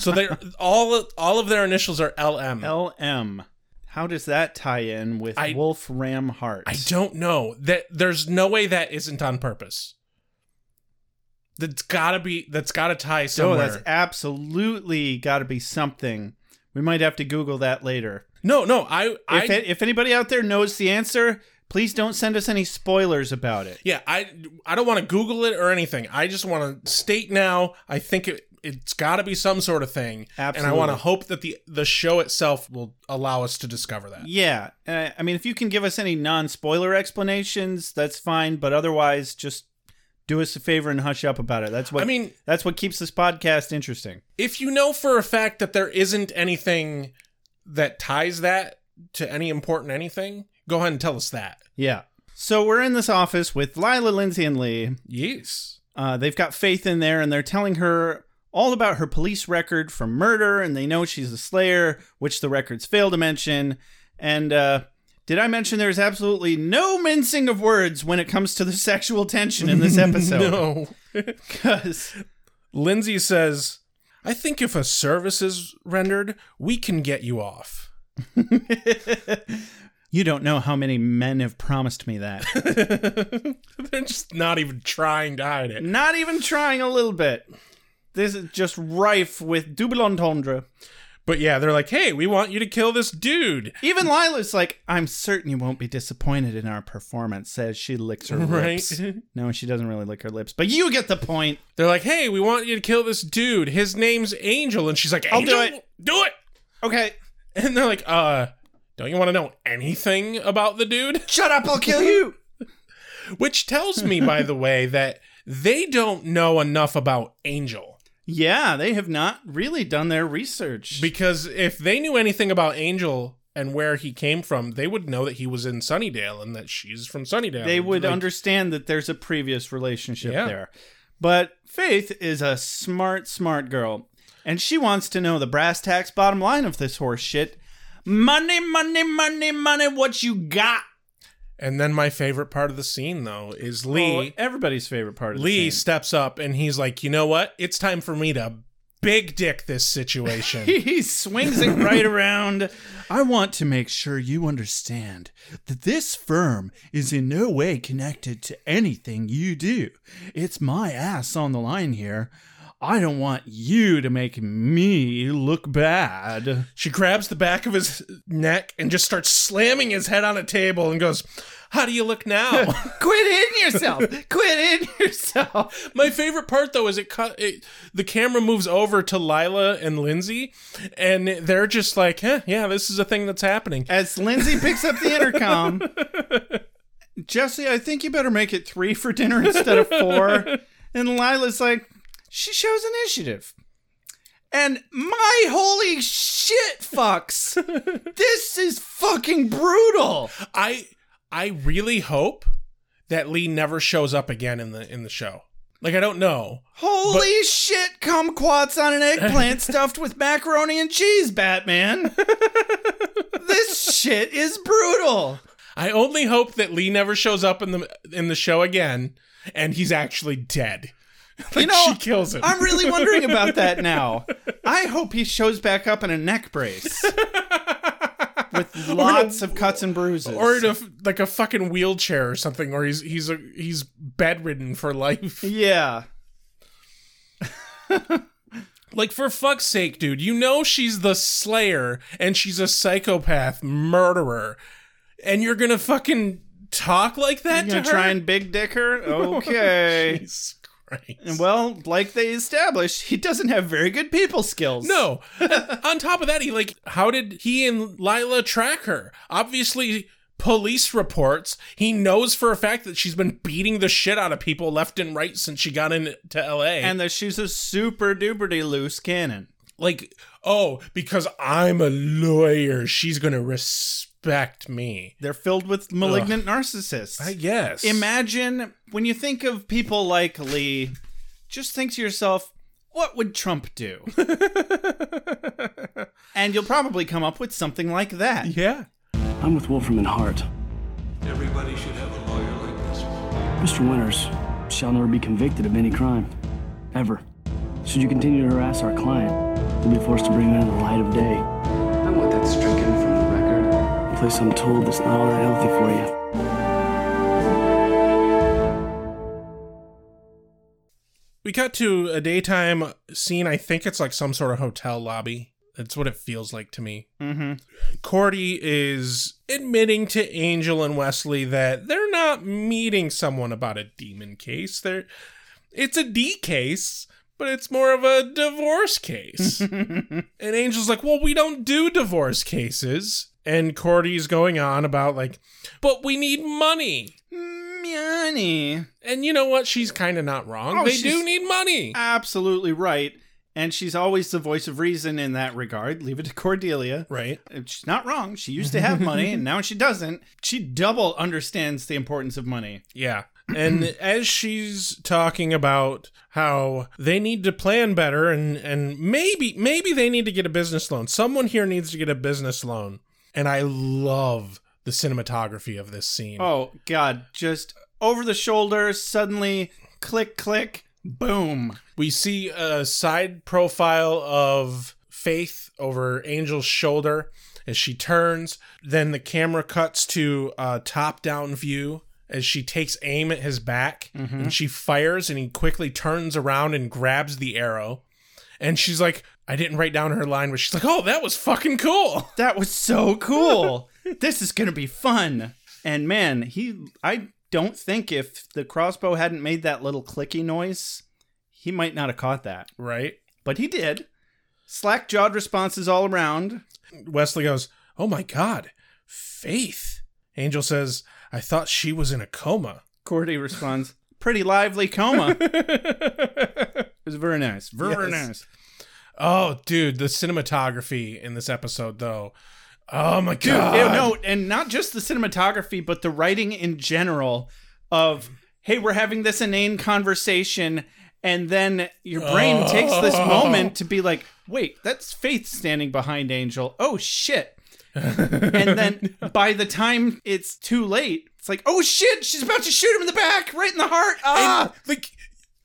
So they (laughs) all all of their initials are LM.
LM. How does that tie in with
I-
Wolf Ram Hart?
I don't know. That there's no way that isn't on purpose. That's gotta be. That's gotta tie
Oh,
somewhere.
that's absolutely got to be something. We might have to Google that later.
no, no. I, I
If, it, if anybody out there knows the answer, please don't send us any spoilers about it.
Yeah, I I don't want to Google it or anything. I just want to state now. I think it it's got to be some sort of thing, and I want to
Absolutely.
hope that the the show itself will allow us to discover that.
Yeah, uh, I mean, if you can give us any non-spoiler explanations, that's fine. But otherwise, just do us a favor and hush up about it. That's what
I mean-
That's what keeps this podcast interesting.
If you know for a fact that there isn't anything that ties that to any important anything, go ahead and tell us that.
Yeah. So we're in this office with Lila, Lindsay, and Lee.
Yes.
Uh, they've got Faith in there, and they're telling her all about her police record from murder, and they know she's a Slayer, which the records fail to mention. And uh, did I mention there's absolutely no mincing of words when it comes to the (laughs) sexual tension in this episode?
No.
Because
(laughs) Lindsay says, "I think if a service is rendered, we can get you off." (laughs)
you don't know how many men have promised me that.
They're just not even trying to hide it.
Not even trying a little bit. This is just rife with double entendre.
But yeah, they're like, "Hey, we want you to kill this dude."
Even Lila's like, I'm certain you won't be disappointed in our performance, says she licks her
Right.
(laughs) lips. No, she doesn't really lick her lips, but you get the point.
They're like, "Hey, we want you to kill this dude. His name's Angel," and she's like,
I'll do
"Angel,
it."
do it."
Okay.
And they're like, "Uh, don't you want to know anything about the dude?"
Shut up, (laughs) I'll kill you.
Which tells me, by the way, that they don't know enough about Angel
(laughs) yeah, they have not really done their research.
because if they knew anything about Angel and where he came from, they would know that he was in Sunnydale and that she's from Sunnydale.
they would
Like,
understand that there's a previous relationship
Yeah.
there. But Faith is a smart, smart girl, and she wants to know the brass tacks bottom line of this horse shit. Money, money, money, money, what you got?
And then my favorite part of the scene, though, is Lee.
Oh, everybody's favorite part of the
Lee
scene.
steps up and he's like, you know what? It's time for me to big dick this situation.
(laughs) he swings it right around. I want to make sure you understand that this firm is in no way connected to anything you do. It's my ass on the line here. I don't want you to make me look bad.
she grabs the back of his neck and just starts slamming his head on a table and goes, How do you look now?
(laughs) Quit hitting (laughs) yourself. Quit hitting yourself.
My favorite part though is it cut it, the camera moves over to Lila and Lindsay and they're just like, "Huh, yeah, this is a thing that's happening."
As Lindsay picks up the intercom, Jesse, I think you better make it three for dinner instead of four. And Lila's like, she shows initiative. And my holy shit, fucks. this is fucking brutal.
I I really hope that Lee never shows up again in the in the show. Like I don't know.
Holy shit, kumquats on an eggplant stuffed with macaroni and cheese, Batman. this shit is brutal.
I only hope that Lee never shows up in the in the show again, and he's actually dead. (laughs) Like, she kills him.
I'm really wondering about that now. I hope he shows back up in a
(laughs)
neck brace with lots of cuts and
(laughs)
bruises.
or in a f- like a fucking wheelchair or something, or he's he's a, he's bedridden for life. (laughs)
yeah,
Like for fuck's sake, dude! You know she's the Slayer, and she's a psychopath murderer, and you're gonna fucking talk like that
you gonna
to her?
try and big
(laughs)
dick her? Okay.
Oh, Jesus Christ.
and well, like they established, he doesn't have very good people
(laughs)
skills.
No. On top of that, he like, how did he and Lila track her? Obviously, police reports. He knows for a fact that she's been beating the shit out of people left and right since she got into L.A.
and that she's a super duperty loose cannon.
like, oh, because I'm a lawyer, she's gonna respect me.
They're filled with malignant narcissists.
I guess.
Imagine when you think of people like Lee, just think to yourself, what would Trump
(laughs)
do? and you'll probably come up with something like that.
yeah.
I'm with Wolfram and Hart.
Everybody should have a lawyer like this one.
Mr. Winters shall never be convicted of any crime. Ever. Should you continue to harass our client, you'll be forced to bring that to the light of day. I want that stricken from the record. A place I'm told that's not all that healthy for you.
We cut to a daytime scene. I think it's like some sort of hotel lobby. That's what it feels like to me. Mm-hmm. Cordy is admitting to Angel and Wesley that they're not meeting someone about a demon case. They're it's a D case, but it's more of a divorce
(laughs)
case. and Angel's like, well, we don't do divorce cases. And Cordy's going on about like, but we need money.
Money.
And you know what? She's kind of not wrong.
Oh,
they
she's-
do need money.
Absolutely right. And she's always the voice of reason in that regard. Leave it to Cordelia.
right.
And She's not wrong. She used to have
(laughs)
money and now she doesn't. She double understands the importance of money.
Yeah. And as she's talking about how they need to plan better and and maybe maybe they need to get a business loan. Someone here needs to get a business loan. And I love the cinematography of this scene.
Oh, God. Just over the shoulder, suddenly click, click, boom.
We see a side profile of Faith over Angel's shoulder as she turns. Then the camera cuts to a top down view as she takes aim at his back and she fires and he quickly turns around and grabs the arrow. And she's like, I didn't write down her line, but she's like, oh, that was fucking cool. (laughs)
That was so cool. this is going to be fun. And man, he I don't think if the crossbow hadn't made that little clicky noise, he might not have caught that.
Right?
But he did. Slack jawed responses all around.
Wesley goes, oh my God, Faith. Angel says, I thought she was in a coma.
Cordy responds, pretty lively coma. it was very nice. Very
Yes.
nice.
Oh, dude, the cinematography in this episode, though. Oh my god!
Yeah, no, and not just the cinematography, but the writing in general of hey, we're having this inane conversation, and then your brain takes this moment to be like, wait, that's Faith standing behind Angel. Oh shit. and then by the time it's too late, it's like, oh shit, she's about to shoot him in the back, right in the heart. Ah!
And, like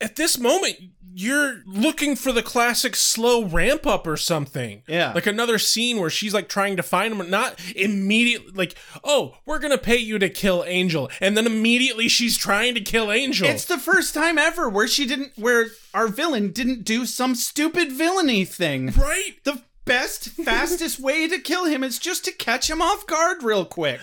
at this moment, you're looking for the classic slow ramp up or something.
Yeah.
like another scene where she's like trying to find him, not immediately. Like, oh, we're gonna pay you to kill Angel, and then immediately she's trying to kill Angel.
It's the first time ever where she didn't, where our villain didn't do some stupid villainy thing.
right.
The best, fastest way to kill him is just to catch him off guard real quick.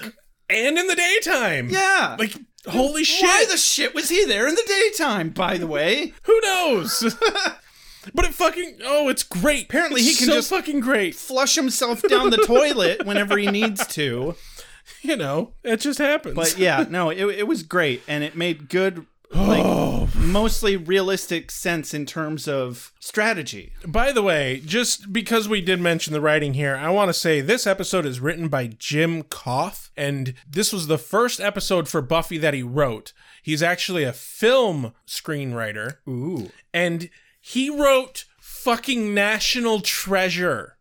And in the daytime.
Yeah.
Like, holy shit.
Why the shit was he there in the daytime, by the way?
Who
(laughs)
knows? but it fucking oh, it's great.
Apparently
It's
he can
so
just-
fucking great.
Flush himself down the toilet whenever he needs to.
You know, it just happens.
But yeah, no, it, it was great. And it made good,
(sighs)
like, mostly realistic sense in terms of strategy.
By the way, just because we did mention the writing here, I want to say this episode is written by Jim Koff, and this was the first episode for Buffy that he wrote. He's actually a film screenwriter. Ooh. And he wrote fucking National Treasure.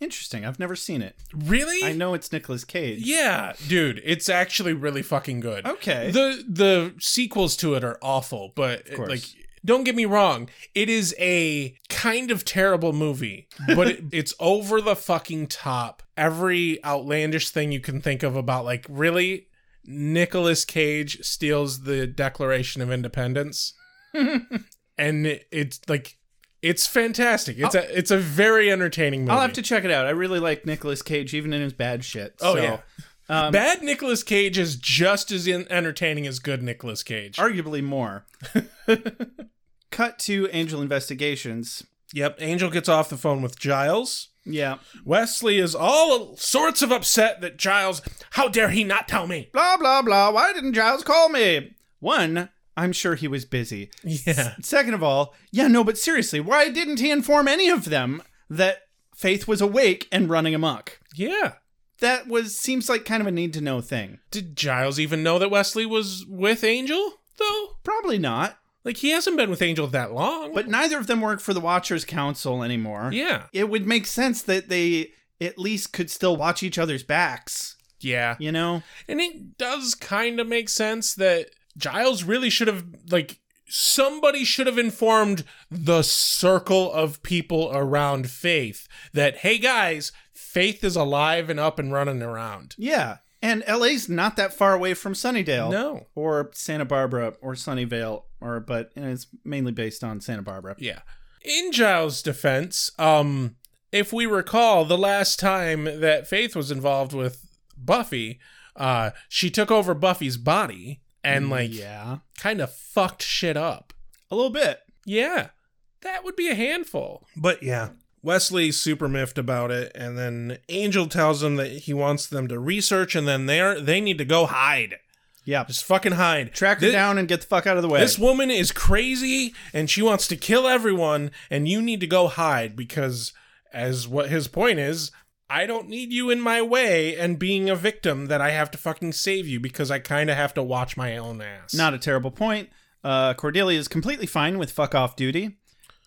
Interesting. I've never seen it.
Really?
I know it's Nicolas Cage.
Yeah, dude, it's actually really fucking good.
Okay.
The the sequels to it are awful, but
course.
like don't get me wrong, it is a kind of terrible movie, but it, it's over the fucking top. Every outlandish thing you can think of about like really Nicolas Cage steals the Declaration of Independence.
(laughs)
and it- it's like it's fantastic. It's a it's a very entertaining movie.
I'll have to check it out. I really like Nicolas Cage, even in his bad shit.
Oh
so.
yeah. Bad Nicolas Cage is just as in- entertaining as good Nicolas Cage.
arguably more. Cut to Angel Investigations.
yep, Angel gets off the phone with Giles.
Yeah.
Wesley is all sorts of upset that Giles, how dare he not tell me?
Blah, blah, blah. Why didn't Giles call me? One, I'm sure he was busy.
Yeah.
Second of all, yeah, no, but seriously, why didn't he inform any of them that Faith was awake and running amok?
Yeah.
That was seems like kind of a need to know thing.
Did Giles even know that Wesley was with Angel, though?
Probably not,
Like, he hasn't been with Angel that long.
but neither of them work for the Watchers Council anymore.
Mm. yeah.
It would make sense that they at least could still watch each other's backs.
Yeah.
You know?
And it does kind of make sense that Giles really should have, like, somebody should have informed the circle of people around Faith that, hey guys, Faith is alive and up and running around.
Yeah. And LA's not that far away from Sunnydale.
No.
Or Santa Barbara or Sunnyvale or but and it's mainly based on Santa Barbara.
Yeah. In Giles' defense, um, if we recall, the last time that Faith was involved with Buffy, uh, she took over Buffy's body and like
Yeah.
kind of fucked shit up.
A little bit.
Yeah, that would be a handful. But yeah, Wesley's super miffed about it, and then Angel tells him that he wants them to research, and then they're they need to go hide.
Yeah. Just
Just fucking hide.
track her
Thi-
down and get the fuck out of the way.
This woman is crazy, and she wants to kill everyone, and you need to go hide because, as what his point is. I don't need you in my way and being a victim that I have to fucking save you because I kind of have to watch my own ass.
Not a terrible point. Uh, Cordelia is completely fine with fuck off duty.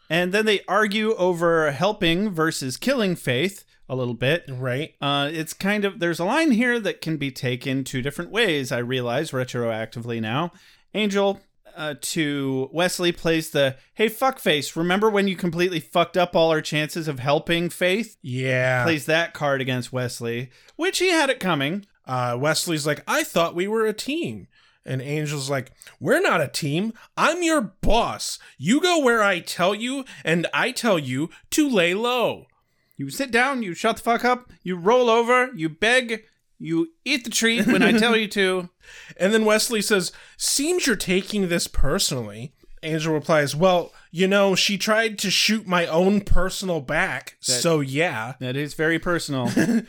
And then they argue over helping versus killing Faith a little bit.
right.
Uh, it's kind of, there's a line here that can be taken two different ways, I realize retroactively now. Angel uh, to Wesley plays the, hey, fuckface, remember when you completely fucked up all our chances of helping Faith?
Yeah.
Plays that card against Wesley, which he had it coming.
uh, Wesley's like, I thought we were a team. And Angel's like, We're not a team. I'm your boss. You go where I tell you, and I tell you to lay low.
You sit down, you shut the fuck up, you roll over, you beg, you eat the treat when I tell you to. (laughs)
And then Wesley says, Seems you're taking this personally. Angel replies, Well, you know, she tried to shoot my own personal back, so yeah.
That is very personal.
(laughs)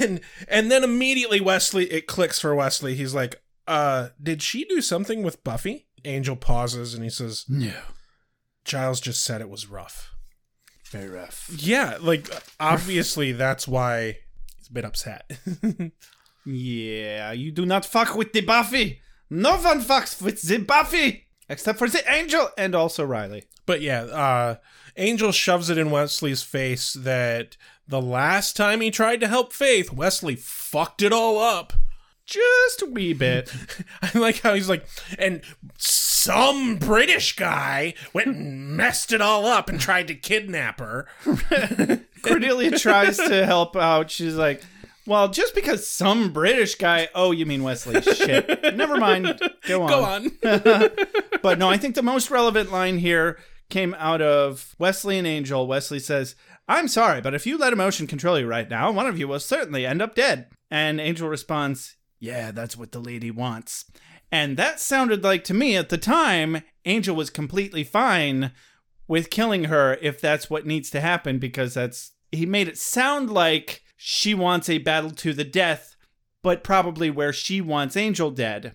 And and then immediately Wesley it clicks for Wesley. He's like, uh, did she do something with Buffy? Angel pauses and he says,
no.
Giles just said it was rough.
Very rough.
Yeah, like obviously that's why he's a bit upset. (laughs)
Yeah, you do not fuck with the Buffy. No one fucks with the Buffy except for the Angel and also Riley.
but yeah, uh Angel shoves it in Wesley's face that the last time he tried to help Faith, Wesley fucked it all up.
Just a wee bit.
(laughs) I like how he's like, and some British guy went and messed it all up and tried to kidnap her. (laughs)
Cordelia tries to help out. She's like, well, just because some British guy. Oh, you mean Wesley? Shit. Never mind. Go on.
Go on.
(laughs) But no, I think the most relevant line here came out of Wesley and Angel. Wesley says, I'm sorry, but if you let emotion control you right now, one of you will certainly end up dead. And Angel responds, Yeah, that's what the lady wants. And that sounded like to me at the time, Angel was completely fine with killing her if that's what needs to happen because that's he made it sound like she wants a battle to the death, but probably where she wants Angel dead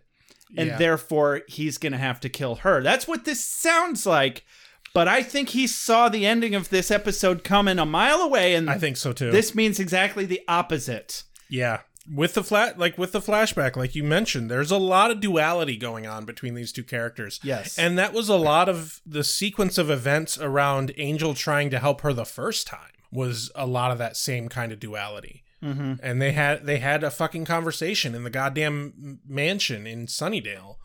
and
Yeah.
therefore he's going to have to kill her. That's what this sounds like. But I think he saw the ending of this episode coming a mile away, and
I think so too.
this means exactly the opposite.
Yeah. With the flat like with the flashback like you mentioned there's a lot of duality going on between these two characters.
Yes.
And that was a lot of the sequence of events around Angel trying to help her the first time was a lot of that same kind of duality. Mm-hmm. And they had they had a fucking conversation in the goddamn mansion in Sunnydale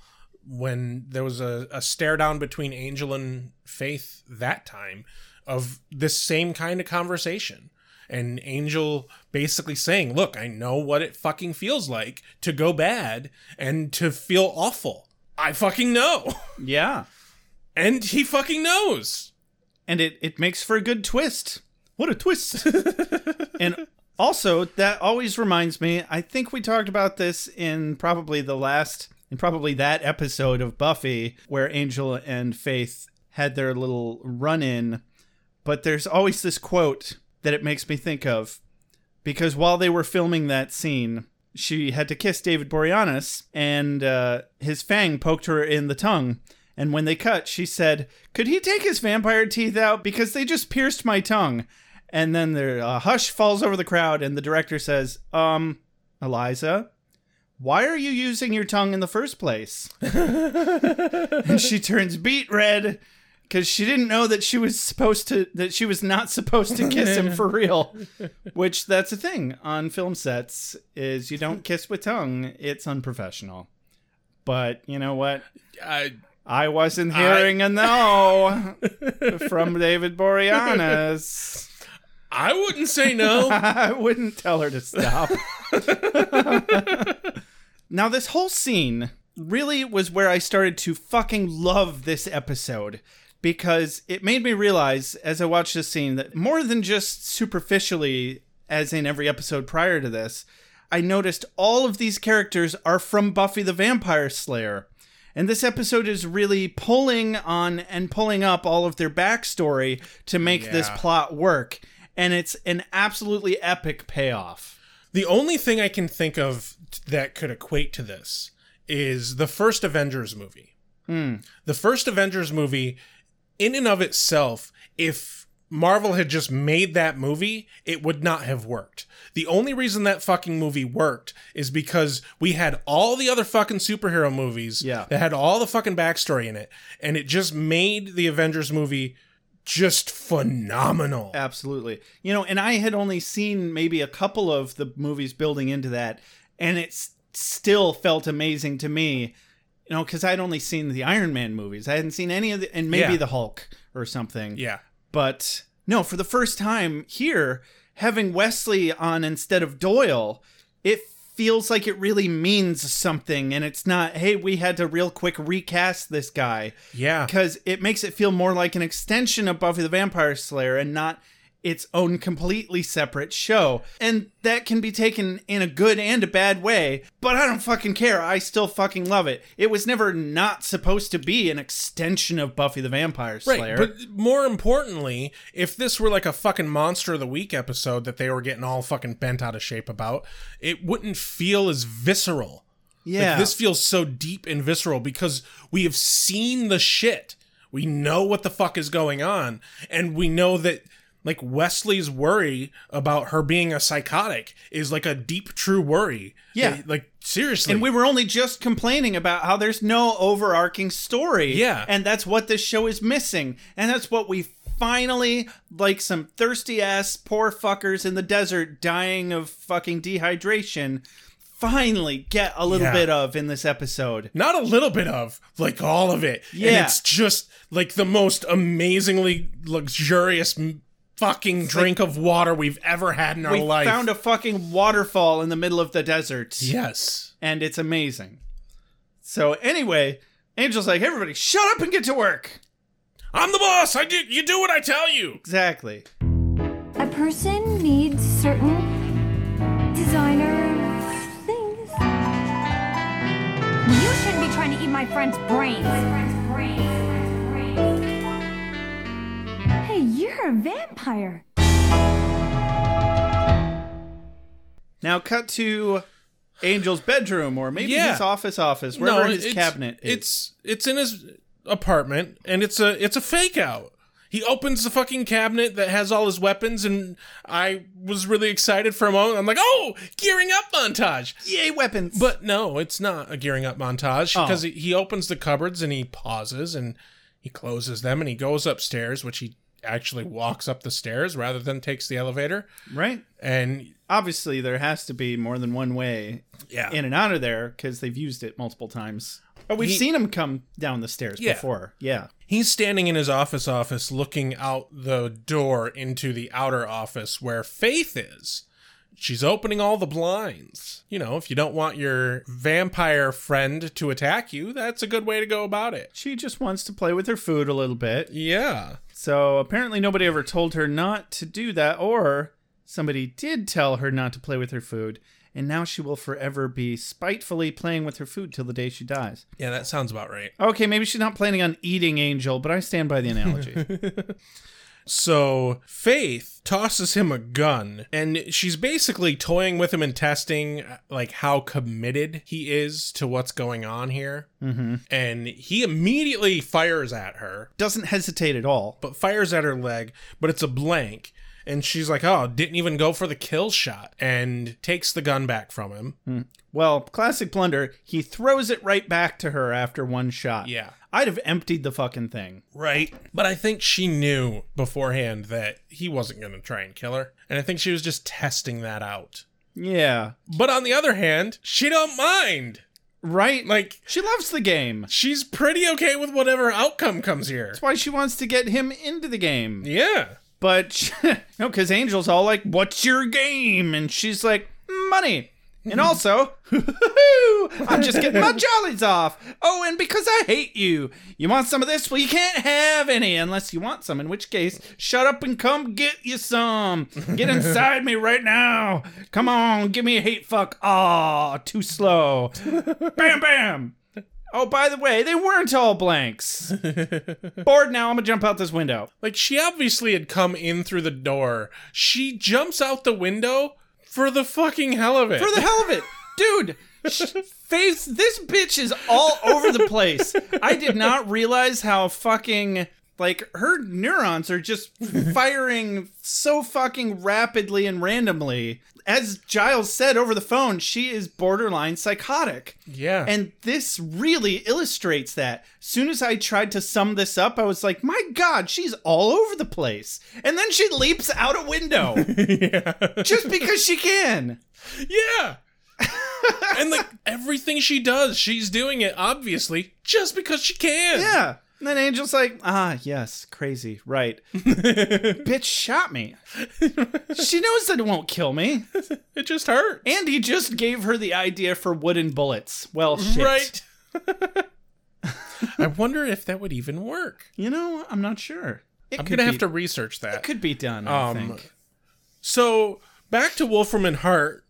when there was a, a stare down between Angel and Faith that time of this same kind of conversation. And Angel basically saying, Look, I know what it fucking feels like to go bad and to feel awful. I fucking know. (laughs)
Yeah,
And he fucking knows.
and it it makes for a good twist. What a twist! and also, that always reminds me. I think we talked about this in probably the last, in probably that episode of Buffy, where Angel and Faith had their little run-in. But there's always this quote that it makes me think of, because while they were filming that scene, she had to kiss David Boreanaz, and uh, his fang poked her in the tongue. And when they cut, she said, "Could he take his vampire teeth out? Because they just pierced my tongue." And then the uh, hush falls over the crowd, and the director says, "Um, Eliza, why are you using your tongue in the first place?" and she turns beet red, because she didn't know that she was supposed to that she was not supposed to kiss him for real which that's a thing on film sets is you don't kiss with tongue it's unprofessional but you know what
I,
i wasn't hearing a no from david boreanaz
I wouldn't say no.
I wouldn't tell her to stop. now, this whole scene really was where I started to fucking love this episode because it made me realize as I watched this scene that more than just superficially, as in every episode prior to this, I noticed all of these characters are from Buffy the Vampire Slayer. And this episode is really pulling on and pulling up all of their backstory to make this
Yeah.
plot work. And it's an absolutely epic payoff.
the only thing I can think of t- that could equate to this is the first Avengers movie.
Hmm.
The first Avengers movie, in and of itself, if Marvel had just made that movie, it would not have worked. The only reason that fucking movie worked is because we had all the other fucking superhero movies
Yeah.
that had all the fucking backstory in it, and it just made the Avengers movie just phenomenal.
Absolutely. You know, and I had only seen maybe a couple of the movies building into that, and it s- still felt amazing to me, you know, because I'd only seen the Iron Man movies. I hadn't seen any of the, and maybe
Yeah.
the Hulk or something.
yeah.
But no, for the first time here, having Wesley on instead of Doyle, it feels like it really means something. And it's not, hey, we had to real quick recast this guy
Yeah.
because it makes it feel more like an extension of Buffy the Vampire Slayer and not its own completely separate show. And that can be taken in a good and a bad way, but I don't fucking care. I still fucking love it. It was never not supposed to be an extension of Buffy the Vampire Slayer.
But more importantly, if this were like a fucking Monster of the Week episode that they were getting all fucking bent out of shape about, it wouldn't feel as visceral.
yeah.
Like, this feels so deep and visceral because we have seen the shit. We know what the fuck is going on. And we know that, like, Wesley's worry about her being a psychotic is like a deep, true worry.
Yeah.
Like, seriously.
and we were only just complaining about how there's no overarching story.
Yeah.
And that's what this show is missing. And that's what we finally, like some thirsty ass poor fuckers in the desert dying of fucking dehydration, finally get a little
Yeah.
bit of in this episode.
not a little bit of like all of it
Yeah.
and it's just like the most amazingly luxurious m- fucking drink of water we've ever had in our
We
life
found a fucking waterfall in the middle of the desert.
yes
And it's amazing. So, anyway, Angel's like, everybody, shut up and get to work.
i'm the boss i do you do what i tell you
Exactly.
A person needs certain designer things. You shouldn't be trying to eat my friend's brains. Hey, you're a vampire.
Now cut to Angel's bedroom, or maybe
Yeah.
his office, office, wherever
it-
his
it's-
cabinet is.
it's it's in his apartment and it's a it's a fake out he opens the fucking cabinet that has all his weapons and i was really excited for a moment i'm like oh gearing up montage
yay weapons.
But no, it's not a gearing up montage
Oh.
because he, he opens the cupboards and he pauses and he closes them and he goes upstairs, which he actually walks up the stairs rather than takes the elevator.
right,
And
obviously there has to be more than one way
yeah,
in and out of there because they've used it multiple times. Oh, we've
He-
seen him come down the stairs
Yeah.
before. Yeah,
he's standing in his office office looking out the door into the outer office where Faith is. She's opening all the blinds. You know, if you don't want your vampire friend to attack you, that's a good way to go about it.
she just wants to play with her food a little bit.
Yeah.
So apparently nobody ever told her not to do that, or somebody did tell her not to play with her food, and now she will forever be spitefully playing with her food till the day she dies.
Yeah, that sounds about right.
Okay, maybe she's not planning on eating Angel, but I stand by
(laughs)
the analogy.
So Faith tosses him a gun, and she's basically toying with him and testing like how committed he is to what's going on here. Mm-hmm. And he immediately fires at her,
Doesn't hesitate at all.
but fires at her leg, but it's a blank. And she's like, oh, didn't even go for the kill shot and takes the gun back from him.
Well, classic plunder, he throws it right back to her after one shot.
Yeah.
I'd have emptied the fucking thing.
Right. But I think she knew beforehand that he wasn't going to try and kill her. And I think she was just testing that out.
Yeah.
But on the other hand, she don't mind.
Right?
Like,
she loves the game. That's
she's pretty okay with whatever outcome comes here.
why she wants to get him into the game.
Yeah.
But (laughs) she, no, because Angel's all like, "What's your game?" And she's like, "Money." And also, (laughs) I'm just getting my jollies off. Oh, and because I hate you, you want some of this? Well, you can't have any unless you want some. In which case, shut up and come get you some. Get inside me right now. Come on, give me a hate fuck. Ah, too slow. Bam, bam. Oh, by the way, they weren't all blanks. Bored now. I'm gonna jump out this window.
Like, she obviously had come in through the door. She jumps out the window for the fucking hell of it.
for the hell of it, dude. sh- Face this bitch is all over the place. I did not realize how fucking like her neurons are just firing so fucking rapidly and randomly. As Giles said over the phone, she is borderline psychotic.
yeah.
And this really illustrates that. Soon as I tried to sum this up, I was like, "My God, she's all over the place!" And then she leaps out a window just because she can. (laughs)
Yeah. and like everything she does, she's doing it obviously just because she can.
Yeah. And then Angel's like, ah, yes, crazy,
(laughs)
right. Bitch shot me. she knows that it won't kill me.
It just hurts.
And he just gave her the idea for wooden bullets. Well, shit.
Right. (laughs) I wonder if that would even work.
You know, I'm not sure. It
I'm
could
gonna
be-
have to research that.
Could be done, I
Um,
think.
So back to Wolfram and Hart,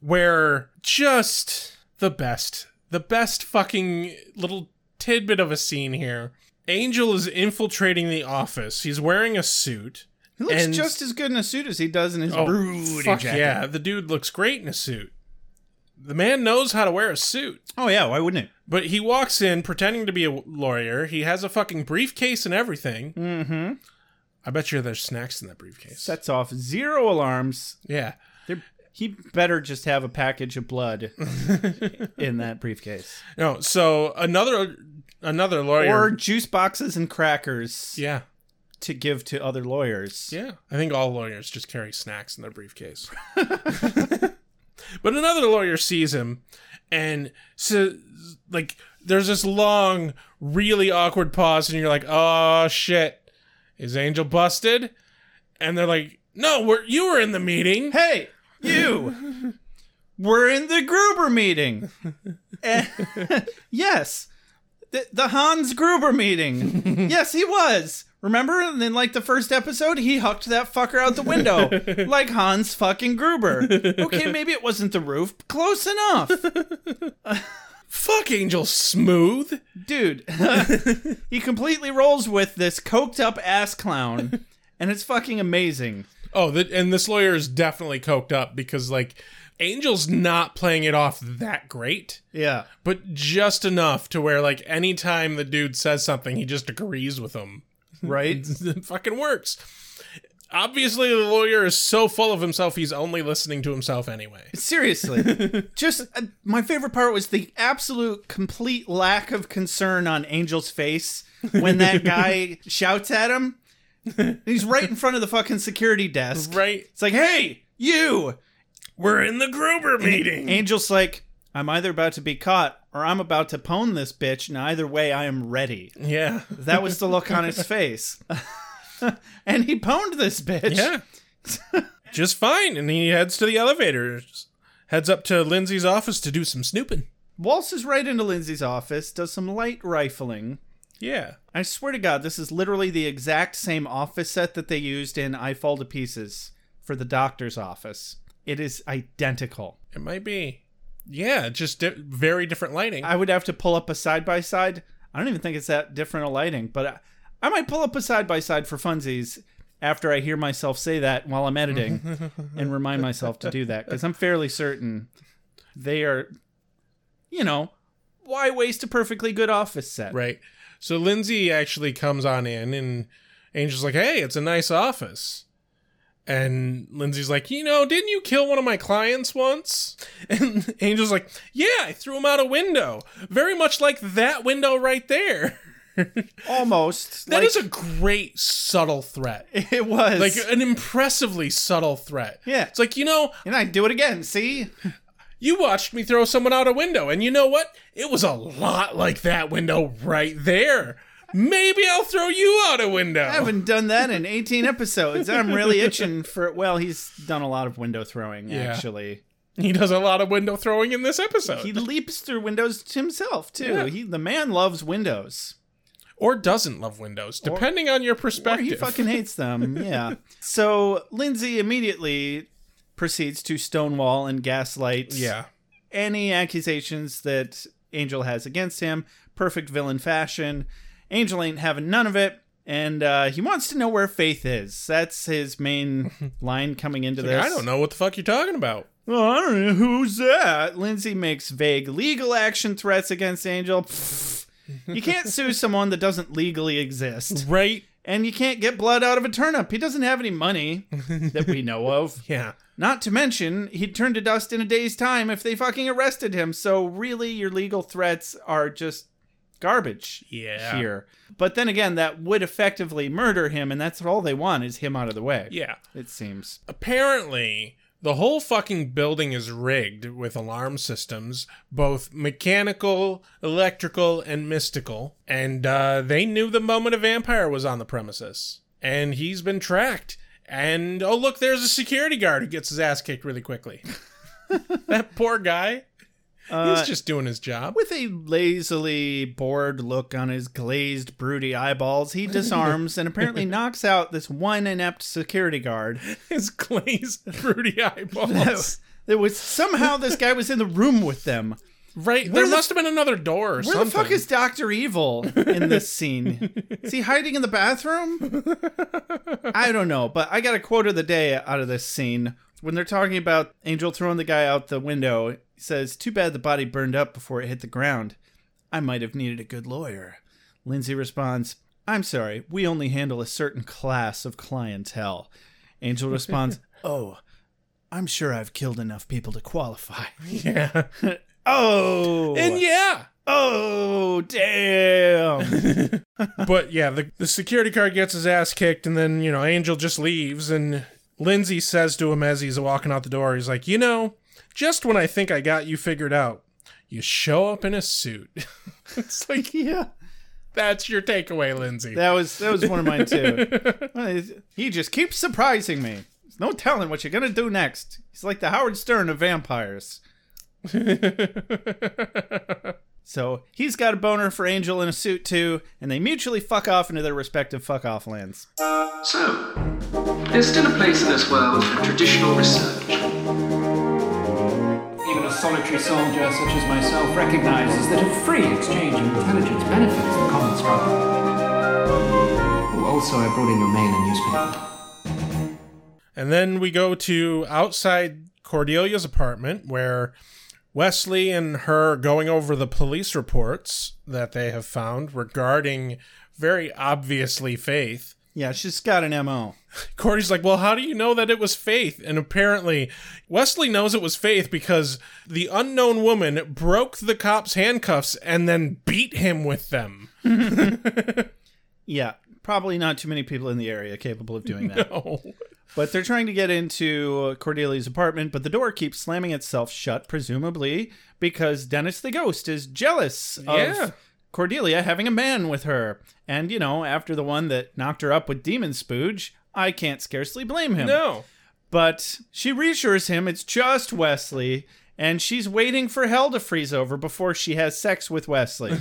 where just the best, the best fucking little tidbit of a scene here. Angel is infiltrating the office. He's wearing a suit.
He looks
and-
just as good in a suit as he does in his
Oh,
broody
fuck
jacket.
yeah, the dude looks great in a suit. The man knows how to wear a suit.
Oh, yeah, why wouldn't it?
But he walks in pretending to be a lawyer. He has a fucking briefcase and everything. Mm-hmm. I bet you there's snacks in that briefcase.
Sets off zero alarms.
yeah.
There- He better just have a package
(laughs)
of blood in that briefcase.
No. So another another lawyer.
Or juice boxes and crackers.
yeah.
to give to other lawyers.
Yeah. I think all lawyers just carry snacks in their briefcase.
(laughs)
but another lawyer sees him and so like there's this long, really awkward pause, and you're like, oh shit. Is Angel busted? And they're like, no, we're, you were in the meeting.
Hey, you! We're in the Gruber meeting. Eh, (laughs) yes, the, the Hans Gruber meeting. Yes, he was. Remember? And then, like the first episode, he hucked that fucker out the window like Hans fucking Gruber. Okay, maybe it wasn't the roof. but Close enough.
Fuck Angel Smooth.
dude (laughs) he completely rolls with this coked up ass clown and it's fucking amazing
Oh, th- and this lawyer is definitely coked up because like Angel's not playing it off that great,
yeah
but just enough to where like anytime the dude says something, he just agrees with him. (laughs)
right
It fucking works. Obviously, the lawyer is so full of himself, he's only listening to himself anyway. (laughs)
Seriously. Just uh, my favorite part was the absolute complete lack of concern on Angel's face when that
(laughs)
guy shouts at him. He's right in front of the fucking security desk.
Right?
It's like, "Hey, you."
We're in the Gruber meeting.
Angel's like, "I'm either about to be caught or I'm about to pwn this bitch, and either way I am ready."
(laughs) yeah.
That was the look
(laughs)
on his face. (laughs) and he pwned this
(laughs)
bitch.
Yeah. just fine. And he heads to the elevator, heads up to Lindsay's office to do some snooping.
Waltzes right into Lindsay's office, does some light rifling.
Yeah.
I swear to God, this is literally the exact same office set that they used in I Fall to Pieces for the doctor's office. It is identical.
It might be. Yeah, just di- very different lighting.
I would have to pull up a side by side. I don't even think it's that different a lighting, but I, I might pull up a side by side for funsies after I hear myself say that while
(laughs)
I'm editing and remind myself to do that because I'm fairly certain they are, you know, why waste a perfectly good office set?
right. So Lindsay actually comes on in, and Angel's like, "Hey, it's a nice office." And Lindsay's like, you know, didn't you kill one of my clients once? (laughs) And Angel's like, yeah, I threw him out a window, very much like that window right there. (laughs)
Almost.
That is a great subtle threat.
a. (laughs) It was.
Like uh, an impressively subtle threat.
Yeah.
It's like, you know,
and I do it again. See,
you watched me throw someone out a window, and you know what? It was a lot like that window right there. Maybe I'll throw you out a window.
I haven't done that in 18 episodes. I'm really itching for. Well, he's done a lot of window throwing
Yeah.
actually.
he does a lot of window throwing in this episode.
He leaps through windows himself too.
Uh, Yeah.
He the man loves windows.
or doesn't love windows, depending on your
Or
perspective.
he fucking hates them.
(laughs)
Yeah. so Lindsay immediately proceeds to stonewall and gaslight
yeah.
any accusations that Angel has against him. Perfect villain fashion. Angel ain't having none of it. And uh, he wants to know where Faith is. That's his
(laughs)
main line coming into
Like,
this.
I don't know what the fuck you're talking about.
Well, I don't know who's that. Lindsay makes vague legal action threats against Angel. Pfft. you can't
(laughs)
sue someone that doesn't legally exist.
Right?
And you can't get blood out of a turnip. He doesn't have any money that
(laughs)
we know of.
Yeah.
Not to mention, he'd turn to dust in a day's time if they fucking arrested him. So, really, your legal threats are just garbage
Yeah.
here. But then again, that would effectively murder him, and that's all they want is him out of the way.
Yeah.
It seems.
Apparently, the whole fucking building is rigged with alarm systems, both mechanical, electrical, and mystical. And uh, they knew the moment a vampire was on the premises. And he's been tracked. And oh, look, there's a security guard who gets his ass kicked really
(laughs)
quickly. that poor guy. he's just doing his job.
Uh, With a lazily bored look on his glazed, broody eyeballs, he disarms and apparently knocks out this one inept security guard.
(laughs) his glazed, (laughs) fruity
(laughs) That
eyeballs.
was, that was somehow this guy was in the room with them.
Right.
Where
There
the-
must have been another door or
Where
something.
the fuck is Doctor Evil in this scene? is he hiding in the bathroom? I don't know, but I got a quote of the day out of this scene when they're talking about Angel throwing the guy out the window. He says, "Too bad the body burned up before it hit the ground. I might have needed a good lawyer." Lindsay responds, "I'm sorry, we only handle a certain class of clientele."
(laughs)
Angel responds, "Oh." I'm sure I've killed enough people to qualify.
(laughs) Yeah.
(laughs) Oh,
And yeah.
Oh, damn.
But yeah, the, the security guard gets his ass kicked, and then, you know, Angel just leaves. And Lindsay says to him as he's walking out the door, he's like, You know, just when I think I got you figured out, you show up in a suit. (laughs) it's like,
yeah.
that's your takeaway, Lindsay.
That was that was one of mine too. he just keeps surprising me. There's no telling what you're gonna do next. He's like the Howard Stern of vampires. So he's got a boner for Angel in a suit too, and they mutually fuck off into their respective fuck off lands.
So, there's still a place in this world for traditional research. Even a solitary soldier such as myself recognizes that a free exchange of intelligence benefits the common struggle. Oh, Also, I brought in your mail and newspaper.
(laughs) And then we go to outside Cordelia's apartment where Wesley and her going over the police reports that they have found regarding very obviously Faith.
Yeah, she's got an MO.
Cordy's like, Well, how do you know that it was Faith? And apparently, Wesley knows it was Faith because the unknown woman broke the cop's handcuffs and then beat him with them. (laughs)
Yeah. Probably not too many people in the area capable of doing that.
Oh.
But they're trying to get into Cordelia's apartment, but the door keeps slamming itself shut, presumably because Dennis the Ghost is jealous
Yeah.
of Cordelia having a man with her. And, you know, after the one that knocked her up with Demon Spooge, I can't scarcely blame him.
No.
But she reassures him it's just Wesley, and she's waiting for hell to freeze over before she has sex with Wesley.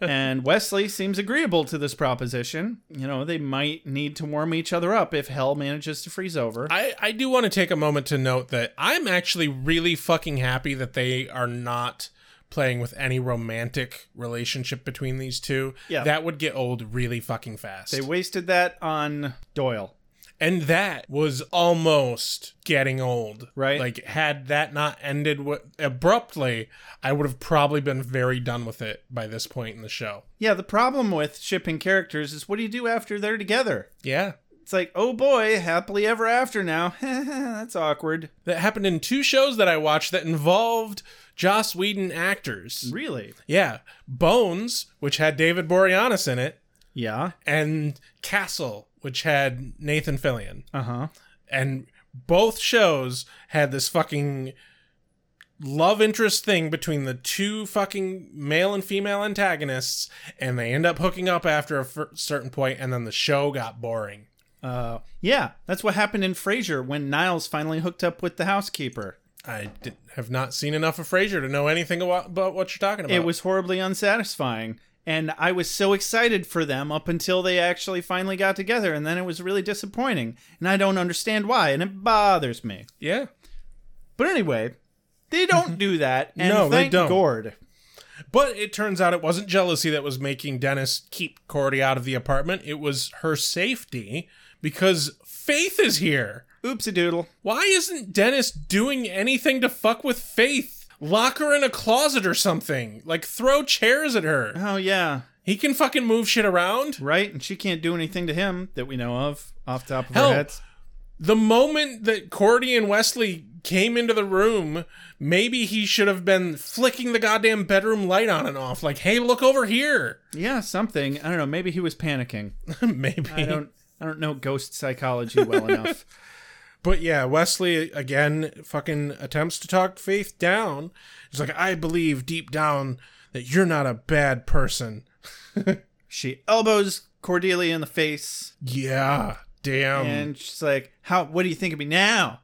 and Wesley seems agreeable to this proposition. You know, they might need to warm each other up if hell manages to freeze over.
I, I do want to take a moment to note that I'm actually really fucking happy that they are not playing with any romantic relationship between these two.
Yeah.
That would get old really fucking fast.
they wasted that on Doyle.
and that was almost getting old.
Right.
Like, had that not ended w- abruptly, I would have probably been very done with it by this point in the show.
Yeah, the problem with shipping characters is what do you do after they're together?
Yeah.
It's like, oh boy, happily ever after now. (laughs) That's awkward.
That happened in two shows that I watched that involved Joss Whedon actors.
Really?
Yeah. Bones, which had David Boreanaz in it,
Yeah.
and Castle, which had Nathan Fillion.
Uh huh.
And both shows had this fucking love interest thing between the two fucking male and female antagonists, and they end up hooking up after a fir- certain point, and then the show got boring.
Uh, yeah, that's what happened in Frasier when Niles finally hooked up with the housekeeper.
I did, have not seen enough of Frasier to know anything about, about what you're talking about.
It was horribly unsatisfying. And I was so excited for them up until they actually finally got together, and then it was really disappointing. And I don't understand why, and it bothers me.
yeah.
But anyway, they don't do that. And
Mm-hmm. No, they
thank
don't.
Gord.
But it turns out it wasn't jealousy that was making Dennis keep Cordy out of the apartment. It was her safety because Faith is here.
Oopsie doodle.
Why isn't Dennis doing anything to fuck with Faith? Lock her in a closet or something. Like throw chairs at her.
Oh, yeah.
He can fucking move shit around.
Right? And she can't do anything to him that we know of off the top of
Hell,
our heads.
The moment that Cordy and Wesley came into the room, maybe he should have been flicking the goddamn bedroom light on and off. Like, hey, look over here. (laughs)
Yeah, something. I don't know. Maybe he was panicking.
maybe. (laughs)
I don't. I don't know ghost psychology well enough.
But yeah, Wesley again fucking attempts to talk Faith down. He's like, I believe deep down that you're not a bad person.
She elbows Cordelia in the face,
Yeah, damn.
and she's like, "How? What do you think of me now?"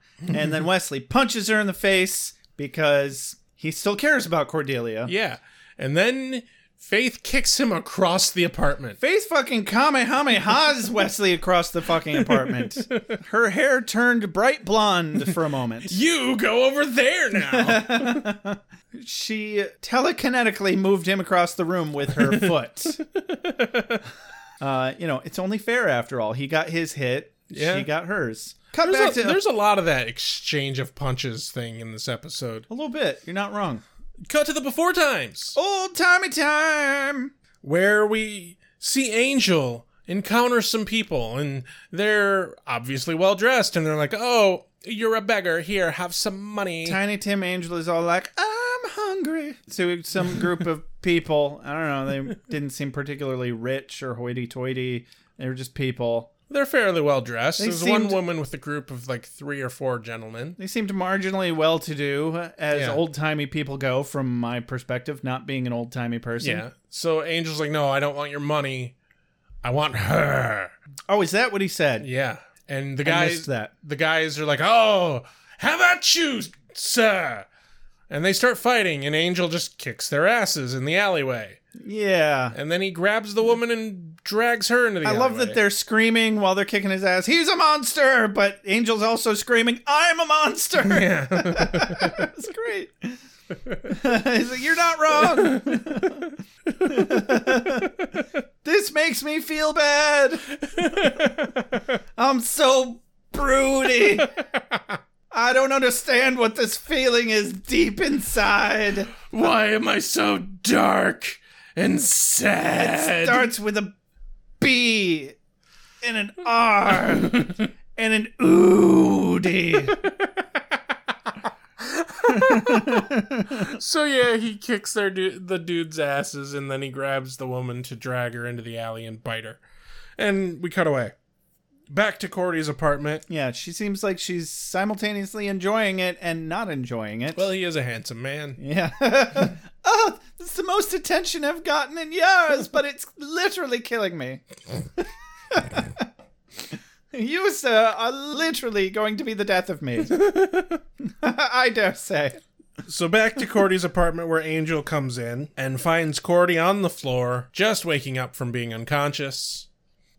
(laughs)
And then Wesley punches her in the face because he still cares about Cordelia.
yeah. And then Faith kicks him across the apartment.
Face
(laughs)
fucking Kamehamehas Wesley across the fucking apartment. Her hair turned bright blonde for
(laughs)
a moment.
You go over there
(laughs)
now.
She telekinetically moved him across the room with
(laughs)
her foot. uh, you know, it's only fair after all. He got his hit.
Yeah.
She got hers. Cut back
there's, a,
to
there's a lot of that exchange of punches thing in this episode.
a little bit. You're not wrong.
Cut to the before times,
Old
(laughs)
timey time.
where we see Angel encounter some people, and they're obviously well dressed, and they're like, oh, you're a beggar. Here, have some money.
Tiny Tim Angel is all like, "I'm hungry." To some
(laughs)
group of people, I don't know. They didn't seem particularly rich or hoity-toity. They were just people.
They're fairly well dressed. There's one
seemed-
woman with a group of like three or four gentlemen.
They seemed marginally well-to-do, as
Yeah.
old-timey people go, from my perspective, not being an old-timey person.
Yeah. So Angel's like, no, I don't want your money. I want her.
Oh, is that what he said?
Yeah. And the
I
guys,
missed that.
the guys are like, oh, how about you, sir? And they start fighting, and Angel just kicks their asses in the alleyway.
Yeah.
And then he grabs the woman and drags her into the
I love
alleyway.
that they're screaming while they're kicking his ass. He's a monster, but Angel's also screaming, "I'm a monster." That's great. (laughs) He's like, You're not wrong. (laughs) this makes me feel bad. I'm so broody. I don't understand what this feeling is deep inside.
Why am I so dark (laughs) and sad?
starts with a B and an
(laughs)
R and an oody.
So yeah, he kicks their du- the dude's asses, and then he grabs the woman to drag her into the alley and bite her. And we cut away. Back to Cordy's apartment.
Yeah, she seems like she's simultaneously enjoying it and not enjoying it.
Well, he is a handsome man.
yeah. (laughs) oh, it's the most attention I've gotten in years, but it's literally killing me. (laughs) you, sir, are literally going to be the death of me. (laughs) I dare say.
So back to Cordy's apartment where Angel comes in and finds Cordy on the floor, just waking up from being unconscious.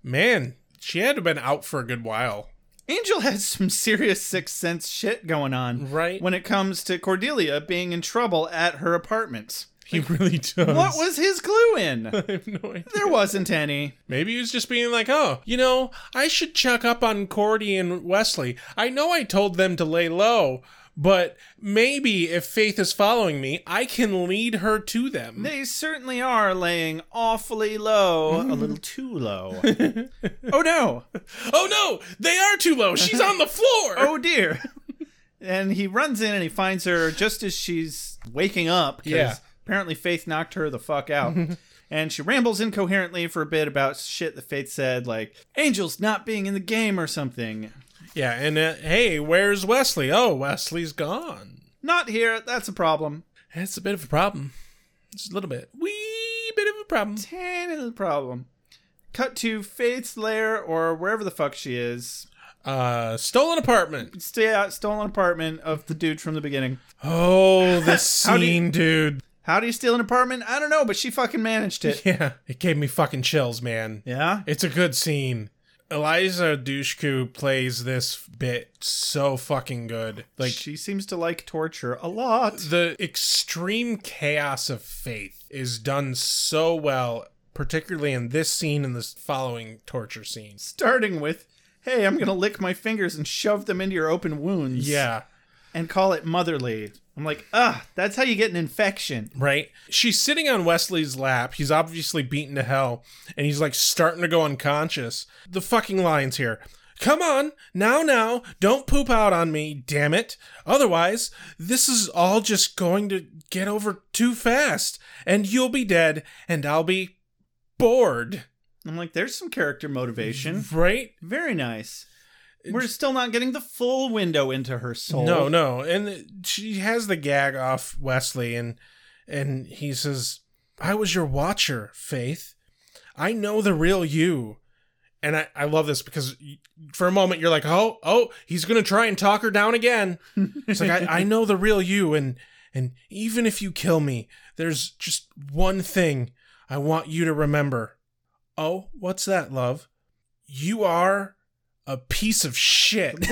Man, she had to have been out for a good while.
Angel has some serious sixth sense shit going on.
Right.
When it comes to Cordelia being in trouble at her apartment.
He (laughs) really does.
What was his clue in?
I have no idea.
there wasn't any.
Maybe he was just being like, oh, you know, I should check up on Cordy and Wesley. I know I told them to lay low, But maybe if Faith is following me, I can lead her to them.
They certainly are laying awfully low, a little too low. oh no!
Oh no, they are too low. She's on the (laughs) floor.
Oh dear! and he runs in and he finds her just as she's waking up. 'cause
Yeah.
Apparently, Faith knocked her the fuck out. and she rambles incoherently for a bit about shit that Faith said, like angels not being in the game or something.
Yeah, and uh, hey, where's Wesley? Oh, Wesley's gone.
Not here. That's a problem.
That's a bit of a problem. Just a little bit, wee bit of a problem.
Tiny little problem. Cut to Faith's lair or wherever the fuck she is.
Uh, stolen apartment.
Stay out, stolen apartment of the dude from the beginning.
(laughs) Oh, this
How do you-
scene, dude.
How do you steal an apartment? I don't know, but she fucking managed
(laughs)
it.
Yeah, it gave me fucking chills, man.
Yeah?
It's a good scene. Eliza Dushku plays this bit so fucking good. Like
she seems to like torture a lot.
the extreme chaos of faith is done so well, particularly in this scene and the following torture scenes.
Starting with, hey, I'm going to lick my fingers and shove them into your open wounds.
Yeah,
And call it motherly. I'm like, ah, that's how you get an infection.
right? She's sitting on Wesley's lap. He's obviously beaten to hell and he's like starting to go unconscious. The fucking lines here. Come on, now, now, don't poop out on me, damn it. Otherwise, this is all just going to get over too fast, and you'll be dead, and I'll be bored,
I'm like, there's some character motivation.
right?
Very nice. We're still not getting the full window into her soul.
uh, No, no, and she has the gag off Wesley, and and he says, "I was your watcher, Faith. I know the real you." And I, I love this because y- for a moment you're like, oh, oh, he's gonna try and talk her down again. It's like I, I know the real you, and and even if you kill me, there's just one thing I want you to remember. Oh, what's that, love? You are a piece of shit.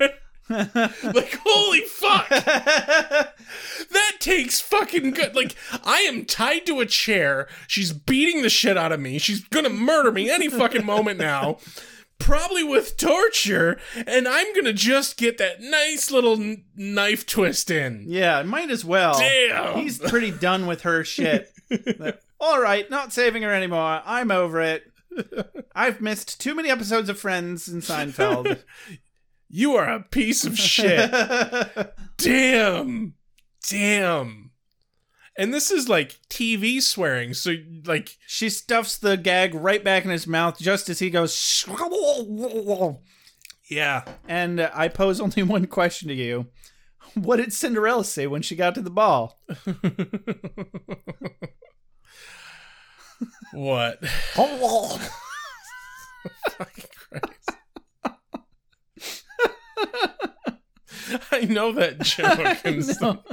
(laughs) like holy fuck
(laughs)
that takes fucking good like i am tied to a chair she's beating the shit out of me she's gonna murder me any fucking moment now probably with torture and i'm gonna just get that nice little n- knife twist in
Yeah, might as well.
Damn.
He's pretty done with her shit. Like, All right, not saving her anymore. I'm over it. I've missed too many episodes of Friends and Seinfeld.
you are a piece of shit damn damn and this is like tv swearing so like
she stuffs the gag right back in his mouth just as he goes. "Shh."
yeah
And uh, I pose only one question to you. What did Cinderella say when she got to the ball? (laughs)
what (laughs) I know that joke. and stuff.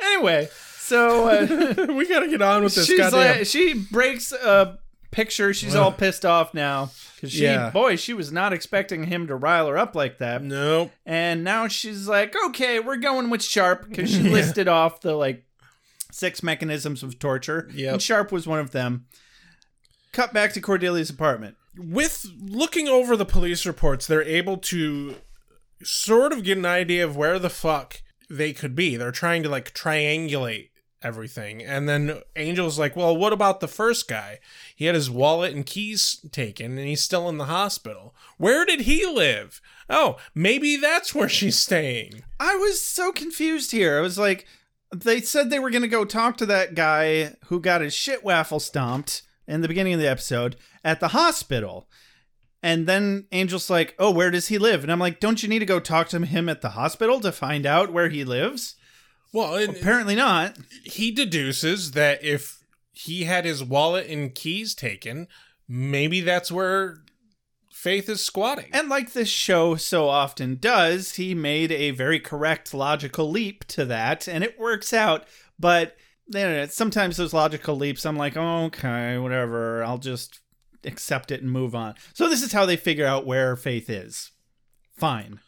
Anyway, so uh,
we gotta get on with this.
she's
goddamn.
like, she breaks a picture. She's all pissed off now because she,
Yeah.
boy, she was not expecting him to rile her up like that.
nope.
And now she's like, okay, we're going with Sharp
(laughs)
because she listed off the like six mechanisms of torture.
Yep.
And Sharp was one of them. Cut back to Cordelia's apartment.
With looking over the police reports, they're able to sort of get an idea of where the fuck they could be. They're trying to like triangulate everything. And then Angel's like, well, what about the first guy? He had his wallet and keys taken and he's still in the hospital. Where did he live? Oh, maybe that's where she's staying.
I was so confused here. I was like, they said they were going to go talk to that guy who got his shit waffle stomped in the beginning of the episode at the hospital. And then Angel's like, oh, where does he live? And I'm like, don't you need to go talk to him at the hospital to find out where he lives?
Well, it,
Apparently not.
he deduces that if he had his wallet and keys taken, maybe that's where Faith is squatting.
And like this show so often does, he made a very correct logical leap to that, and it works out. But you know, sometimes those logical leaps, I'm like, okay, whatever, I'll just accept it and move on. So this is how they figure out where Faith is. Fine.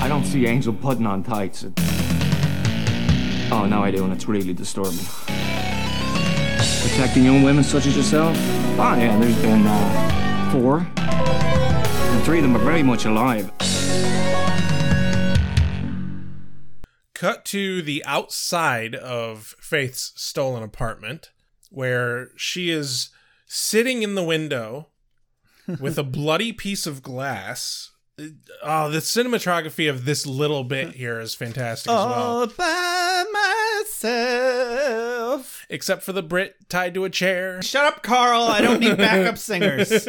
I don't see Angel putting on tights. It... Oh, now I do, and it's really disturbing. Protecting young women such as yourself? Oh, yeah, there's been uh, four. And three of them are very much alive.
Cut to the outside of Faith's stolen apartment, where she is sitting in the window with a bloody piece of glass. Oh, the cinematography of this little bit here is fantastic as well.
All by myself.
Except for the Brit tied to a chair.
Shut up, Carl. I don't need (laughs) backup singers.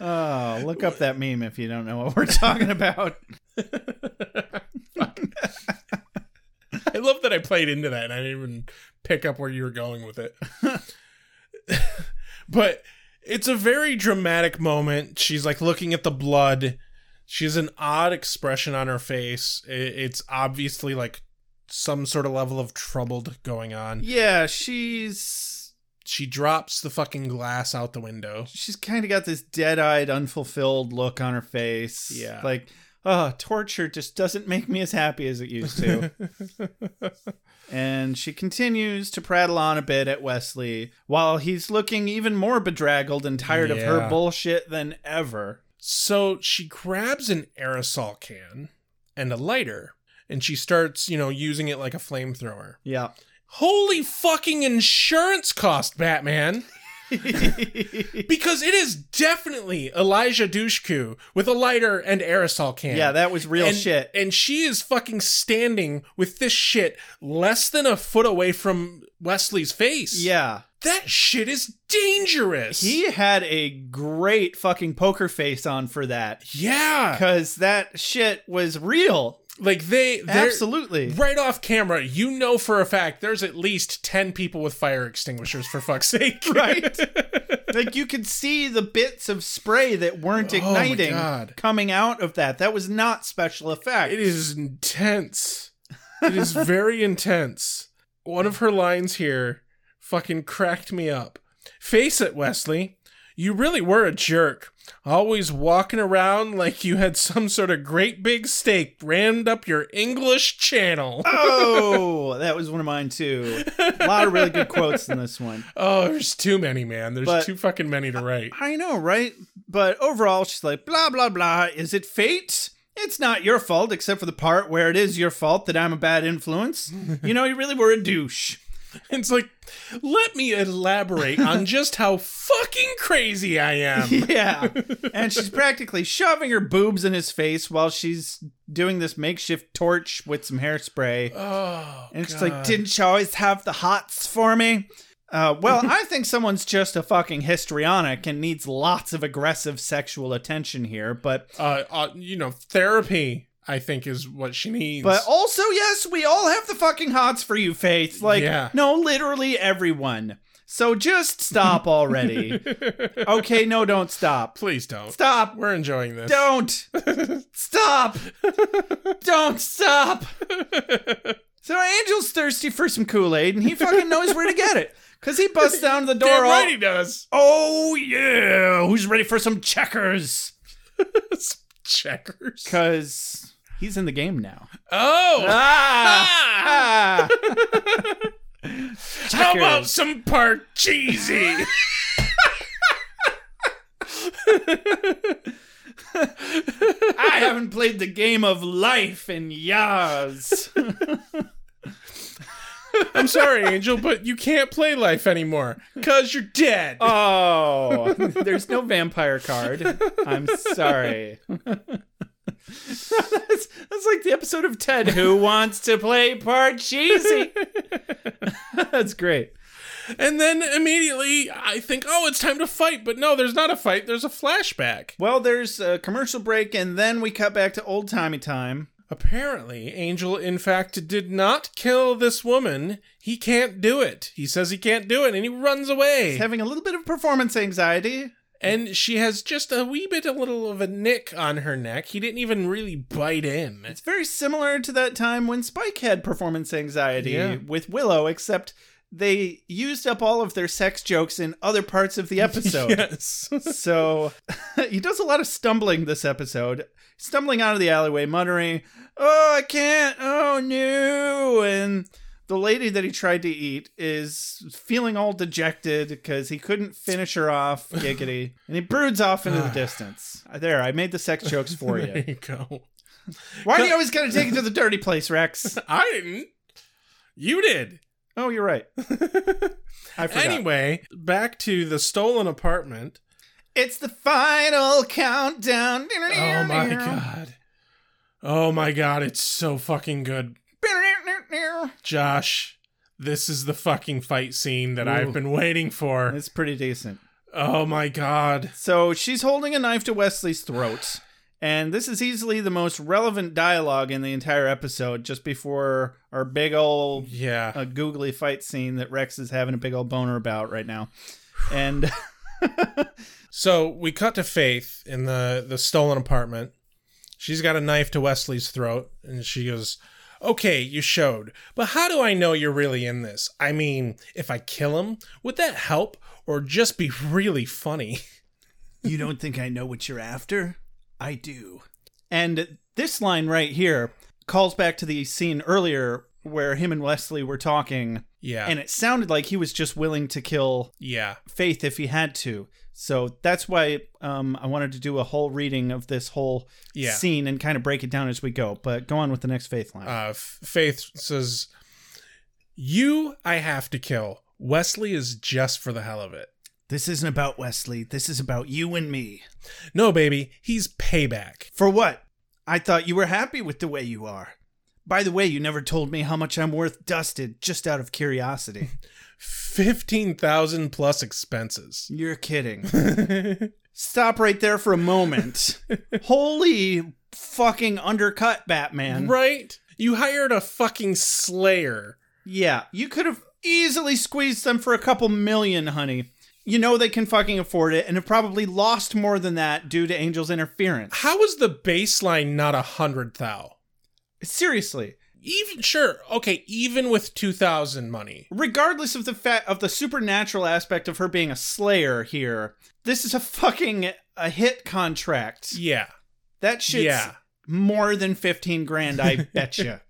oh, look up that meme if you don't know what we're talking about.
I love that I played into that and I didn't even pick up where you were going with it. (laughs) but it's a very dramatic moment. She's like looking at the blood. She has an odd expression on her face. I- It's obviously like some sort of level of troubled going on.
Yeah, she's
She drops the fucking glass out the window.
she's kind of got this dead-eyed, unfulfilled look on her face.
Yeah.
like oh, torture just doesn't make me as happy as it used
(laughs)
to. and she continues to prattle on a bit at Wesley while he's looking even more bedraggled and tired of her
Yeah.
bullshit than ever.
So she grabs an aerosol can and a lighter and she starts, you know, using it like a flamethrower.
Yeah.
Holy fucking insurance cost,
(laughs)
Batman. because it is definitely Elijah Dushku with a lighter and aerosol can.
Yeah, that was real
and,
shit.
And she is fucking standing with this shit less than a foot away from Wesley's face.
Yeah.
That shit is dangerous.
He had a great fucking poker face on for that
yeah.
because that shit was real.
Like they they're-
Absolutely.
Right off camera, you know for a fact there's at least 10 people with fire extinguishers for fuck's sake. (laughs)
Right? like you could see the bits of spray that weren't
Oh my
igniting
God.
coming out of that. That was not special effects.
It is intense. It is very intense. One of her lines here fucking cracked me up. Face it, Wesley. You really were a jerk. Always walking around like you had some sort of great big steak rammed up your English channel.
(laughs) Oh, that was one of mine too. A lot of really good quotes in this one.
Oh, there's too many, man. There's
But-
too fucking many to write.
I know, right? But overall, she's like, blah, blah, blah. Is it fate? It's not your fault, except for the part where it is your fault that I'm a bad influence. You know, you really were a douche.
It's like, let me elaborate on just how fucking crazy I am.
(laughs) Yeah. And she's practically shoving her boobs in his face while she's doing this makeshift torch with some hairspray.
Oh,
and she's like, didn't you always have the hots for me? Uh,
(laughs)
well, I think someone's just a fucking histrionic and needs lots of aggressive sexual attention here, but
uh, uh, you know, therapy. I think is what she needs.
But also, yes, we all have the fucking hots for you, Faith. Like,
Yeah.
no, literally everyone. So just
(laughs)
stop already. okay, no, don't stop.
please don't
Stop.
We're enjoying this.
Don't. stop. don't stop. So Angel's thirsty for some Kool Aid, and he fucking knows where to get it. Because he busts down the door.
Damn
all-
right he does.
oh, yeah. Who's ready for some checkers?
Checkers.
Because he's in the game now.
Oh,
Ah. Ah.
how about
(laughs) checkers.
some
(laughs)
parcheesi?
I haven't played the game of life in years.
I'm sorry, Angel, but you can't play life anymore because you're dead.
oh, (laughs) there's no vampire card. I'm sorry. that's, that's like the episode of Ted Who Wants to Play Parcheesi. (laughs) that's great.
and then immediately I think, oh, it's time to fight. But no, there's not a fight. There's a flashback.
Well, there's a commercial break, and then we cut back to old timey time.
Apparently, Angel, in fact, did not kill this woman. He can't do it. He says he can't do it, and he runs away.
He's having a little bit of performance anxiety.
and she has just a wee bit, a little of a nick on her neck. He didn't even really bite in. (laughs)
It's very similar to that time when Spike had performance anxiety
Yeah.
with Willow, except they used up all of their sex jokes in other parts of the episode.
Yes.
So (laughs) he does a lot of stumbling this episode, stumbling out of the alleyway, muttering, Oh, I can't. Oh, no. And the lady that he tried to eat is feeling all dejected because he couldn't finish her off.
(laughs)
Giggity. and he broods off into the distance. There, I made the sex jokes for
there
you.
you go.
Why do you always gotta take it to the dirty place,
(laughs)
Rex?
I didn't. You did.
Oh, you're right. I forgot.
Anyway, back to the stolen apartment.
it's the final countdown.
Oh my god. Oh my god, it's so fucking good. Josh, this is the fucking fight scene that I've
Ooh.
been waiting for.
It's pretty decent.
Oh my god.
So she's holding a knife to Wesley's throat, and this is easily the most relevant dialogue in the entire episode, just before our big old
Yeah.
a googly fight scene that Rex is having a big old boner about right now.
(sighs)
And (laughs)
So we cut to Faith in the the stolen apartment. She's got a knife to Wesley's throat, and she goes, "Okay, you showed, but how do I know you're really in this? I mean, if I kill him, would that help, or just be really funny?" (laughs)
you don't think I know what you're after? I do. And this line right here calls back to the scene earlier where him and Wesley were talking,
Yeah,
and it sounded like he was just willing to kill
yeah,
Faith if he had to. So that's why um, I wanted to do a whole reading of this whole
Yeah.
scene and kind of break it down as we go. But go on with the next Faith line.
uh, F- Faith says, "You, I have to kill. Wesley is just for the hell of it.
this isn't about Wesley. This is about you and me.
No, baby, he's payback.
For what? I thought you were happy with the way you are. By the way, you never told me how much I'm worth dusted just out of curiosity.
Fifteen thousand plus expenses."
You're kidding. Stop right there for a moment. Holy fucking undercut, Batman.
Right? You hired a fucking slayer.
Yeah, you could have easily squeezed them for a couple million, honey. You know they can fucking afford it and have probably lost more than that due to Angel's interference.
How is the baseline not a hundred thou?
Seriously,
Even sure, okay, even with two thousand money.
regardless of the fact of the supernatural aspect of her being a slayer here, this is a fucking a hit contract.
Yeah.
That shit's
Yeah.
more than 15 grand, I
(laughs)
bet you.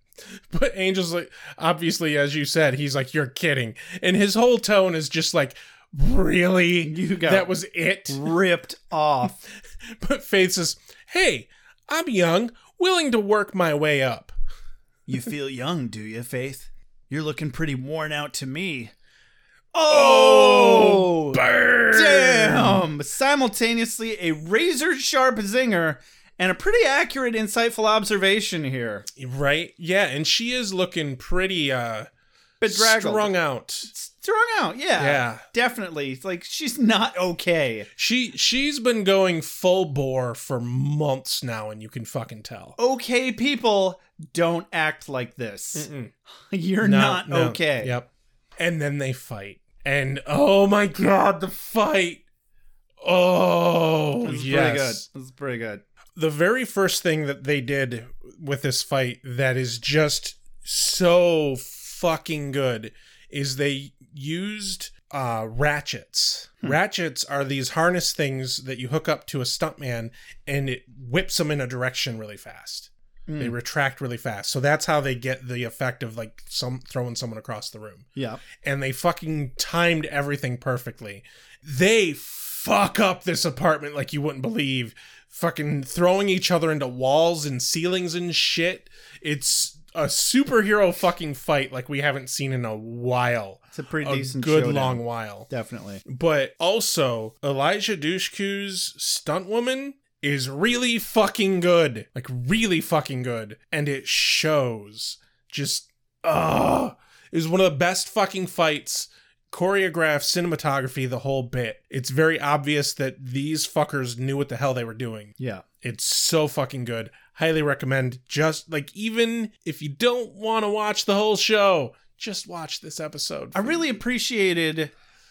But Angel's like obviously, as you said, he's like, You're kidding. And his whole tone is just like, Really?
You got-
that was it?
Ripped off.
But Faith says, Hey, I'm young, willing to work my way up.
You feel young, do you, Faith? You're looking pretty worn out to me.
Oh, burn.
Damn! Simultaneously, a razor sharp zinger and a pretty accurate, insightful observation here.
Right? Yeah, and she is looking pretty uh
Bedraggled.
strung out.
Strung out, yeah.
Yeah.
Definitely. It's Like, she's not okay.
She she's been going full bore for months now, and you can fucking tell.
Oh, Okay, people, don't act like this. (laughs) You're
No,
not
no,
okay.
Yep. And then they fight, and oh my god, the fight! Oh
This is pretty good.
yes,
This is pretty good.
the very first thing that they did with this fight that is just so fucking good is they used uh ratchets. Ratchets are these harness things that you hook up to a stuntman and it whips them in a direction really fast. They retract really fast. So that's how they get the effect of like some throwing someone across the room
Yeah.
and they fucking timed everything perfectly. They fuck up this apartment like you wouldn't believe. Fucking throwing each other into walls and ceilings and shit. It's a superhero fucking fight like we haven't seen in a while.
It's a pretty decent
good
showdown.
long while.
Definitely.
But also, Elijah Dushku's stunt woman is really fucking good. Like really fucking good. And it shows. Just uh it was one of the best fucking fights. Choreographed cinematography, the whole bit. It's very obvious that these fuckers knew what the hell they were doing.
Yeah.
It's so fucking good. Highly recommend. Just like even if you don't want to watch the whole show, just watch this episode.
I really appreciated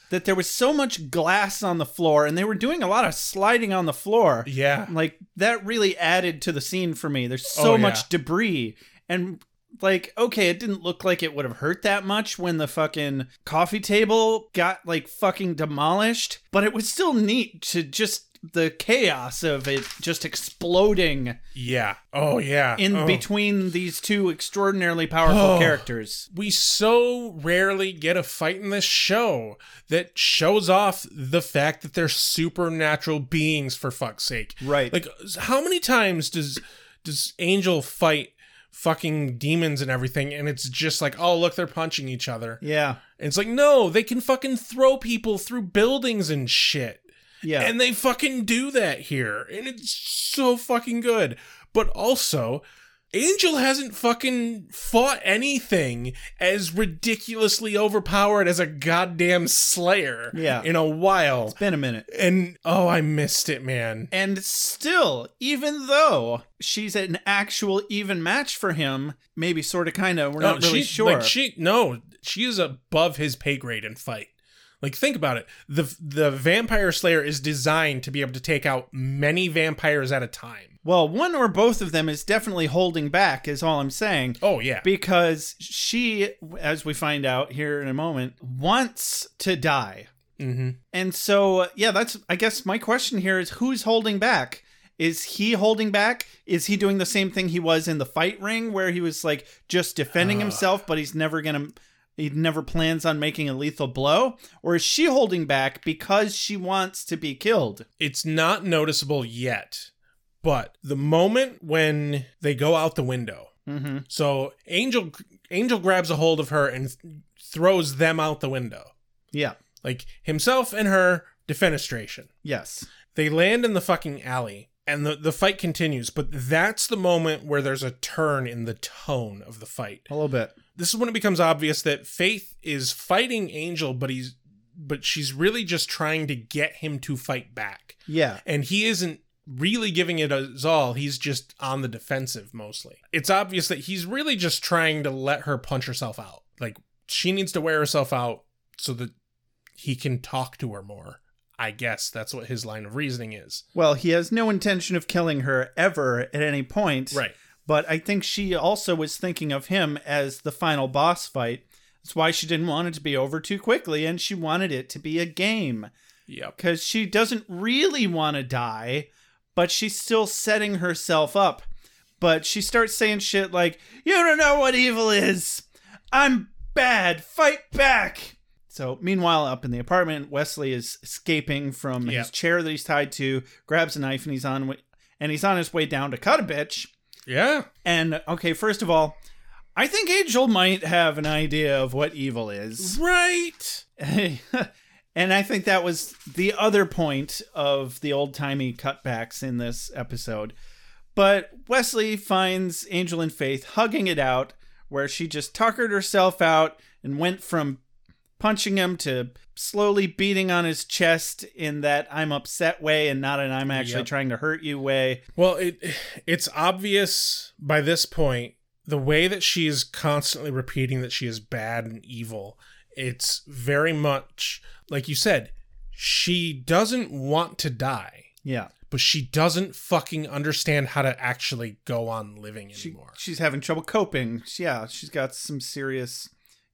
that there was so much glass on the floor and they were doing a lot of sliding on the floor.
Yeah.
Like that really added to the scene for me. There's so
Oh, yeah.
much debris and like okay, it didn't look like it would have hurt that much when the fucking coffee table got like fucking demolished, but it was still neat to just the chaos of it just exploding
Yeah. Oh yeah.
in
Oh.
between these two extraordinarily powerful
Oh.
characters.
we so rarely get a fight in this show that shows off the fact that they're supernatural beings for fuck's sake.
Right.
Like how many times does does Angel fight fucking demons and everything, and it's just like, oh look, they're punching each other.
Yeah.
And it's like, no, they can fucking throw people through buildings and shit.
Yeah.
And they fucking do that here. And it's so fucking good. But also, Angel hasn't fucking fought anything as ridiculously overpowered as a goddamn Slayer
Yeah.
in a while.
been a minute.
And oh, I missed it, man.
And still, even though she's an actual even match for him, maybe sort of kind of, we're not really
Oh, she,
sure.
Like she no, she is above his pay grade in fight. Like think about it. The the vampire slayer is designed to be able to take out many vampires at a time.
well, one or both of them is definitely holding back, is all I'm saying.
Oh yeah.
Because she, as we find out here in a moment, wants to die.
mm-hmm.
And so, yeah, that's, I guess my question here is who's holding back? Is he holding back? Is he doing the same thing he was in the fight ring where he was like just defending himself, but he's never going to, he never plans on making a lethal blow? Or is she holding back because she wants to be killed?
It's not noticeable yet. But the moment when they go out the window.
Mm-hmm.
So Angel Angel grabs a hold of her and th- throws them out the window.
Yeah.
Like himself and her defenestration.
Yes.
They land in the fucking alley and the, the fight continues, but that's the moment where there's a turn in the tone of the fight.
A little bit.
This is when it becomes obvious that Faith is fighting Angel, but he's but she's really just trying to get him to fight back.
Yeah.
And he isn't really giving it his all. He's just on the defensive mostly. It's obvious that he's really just trying to let her punch herself out. Like she needs to wear herself out so that he can talk to her more. I guess that's what his line of reasoning is.
Well, he has no intention of killing her ever at any point.
Right.
But I think she also was thinking of him as the final boss fight. That's why she didn't want it to be over too quickly and she wanted it to be a game
Yep.
because she doesn't really want to die, but she's still setting herself up. But she starts saying shit like, You don't know what evil is. I'm bad. Fight back. So, meanwhile, up in the apartment, Wesley is escaping from
Yeah.
his chair that he's tied to, grabs a knife, and he's on wi- and he's on his way down to cut a bitch.
Yeah.
And okay, first of all, I think Angel might have an idea of what evil is. (laughs)
Right.
and I think that was the other point of the old timey cutbacks in this episode. But Wesley finds Angel and Faith hugging it out, where she just tuckered herself out and went from punching him to slowly beating on his chest in that I'm upset way and not an I'm actually
Yep.
trying to hurt you way.
Well, it it's obvious by this point the way that she is constantly repeating that she is bad and evil. It's very much like you said, she doesn't want to die,
Yeah.
but she doesn't fucking understand how to actually go on living anymore.
she's having trouble coping. She- Yeah, she's got some serious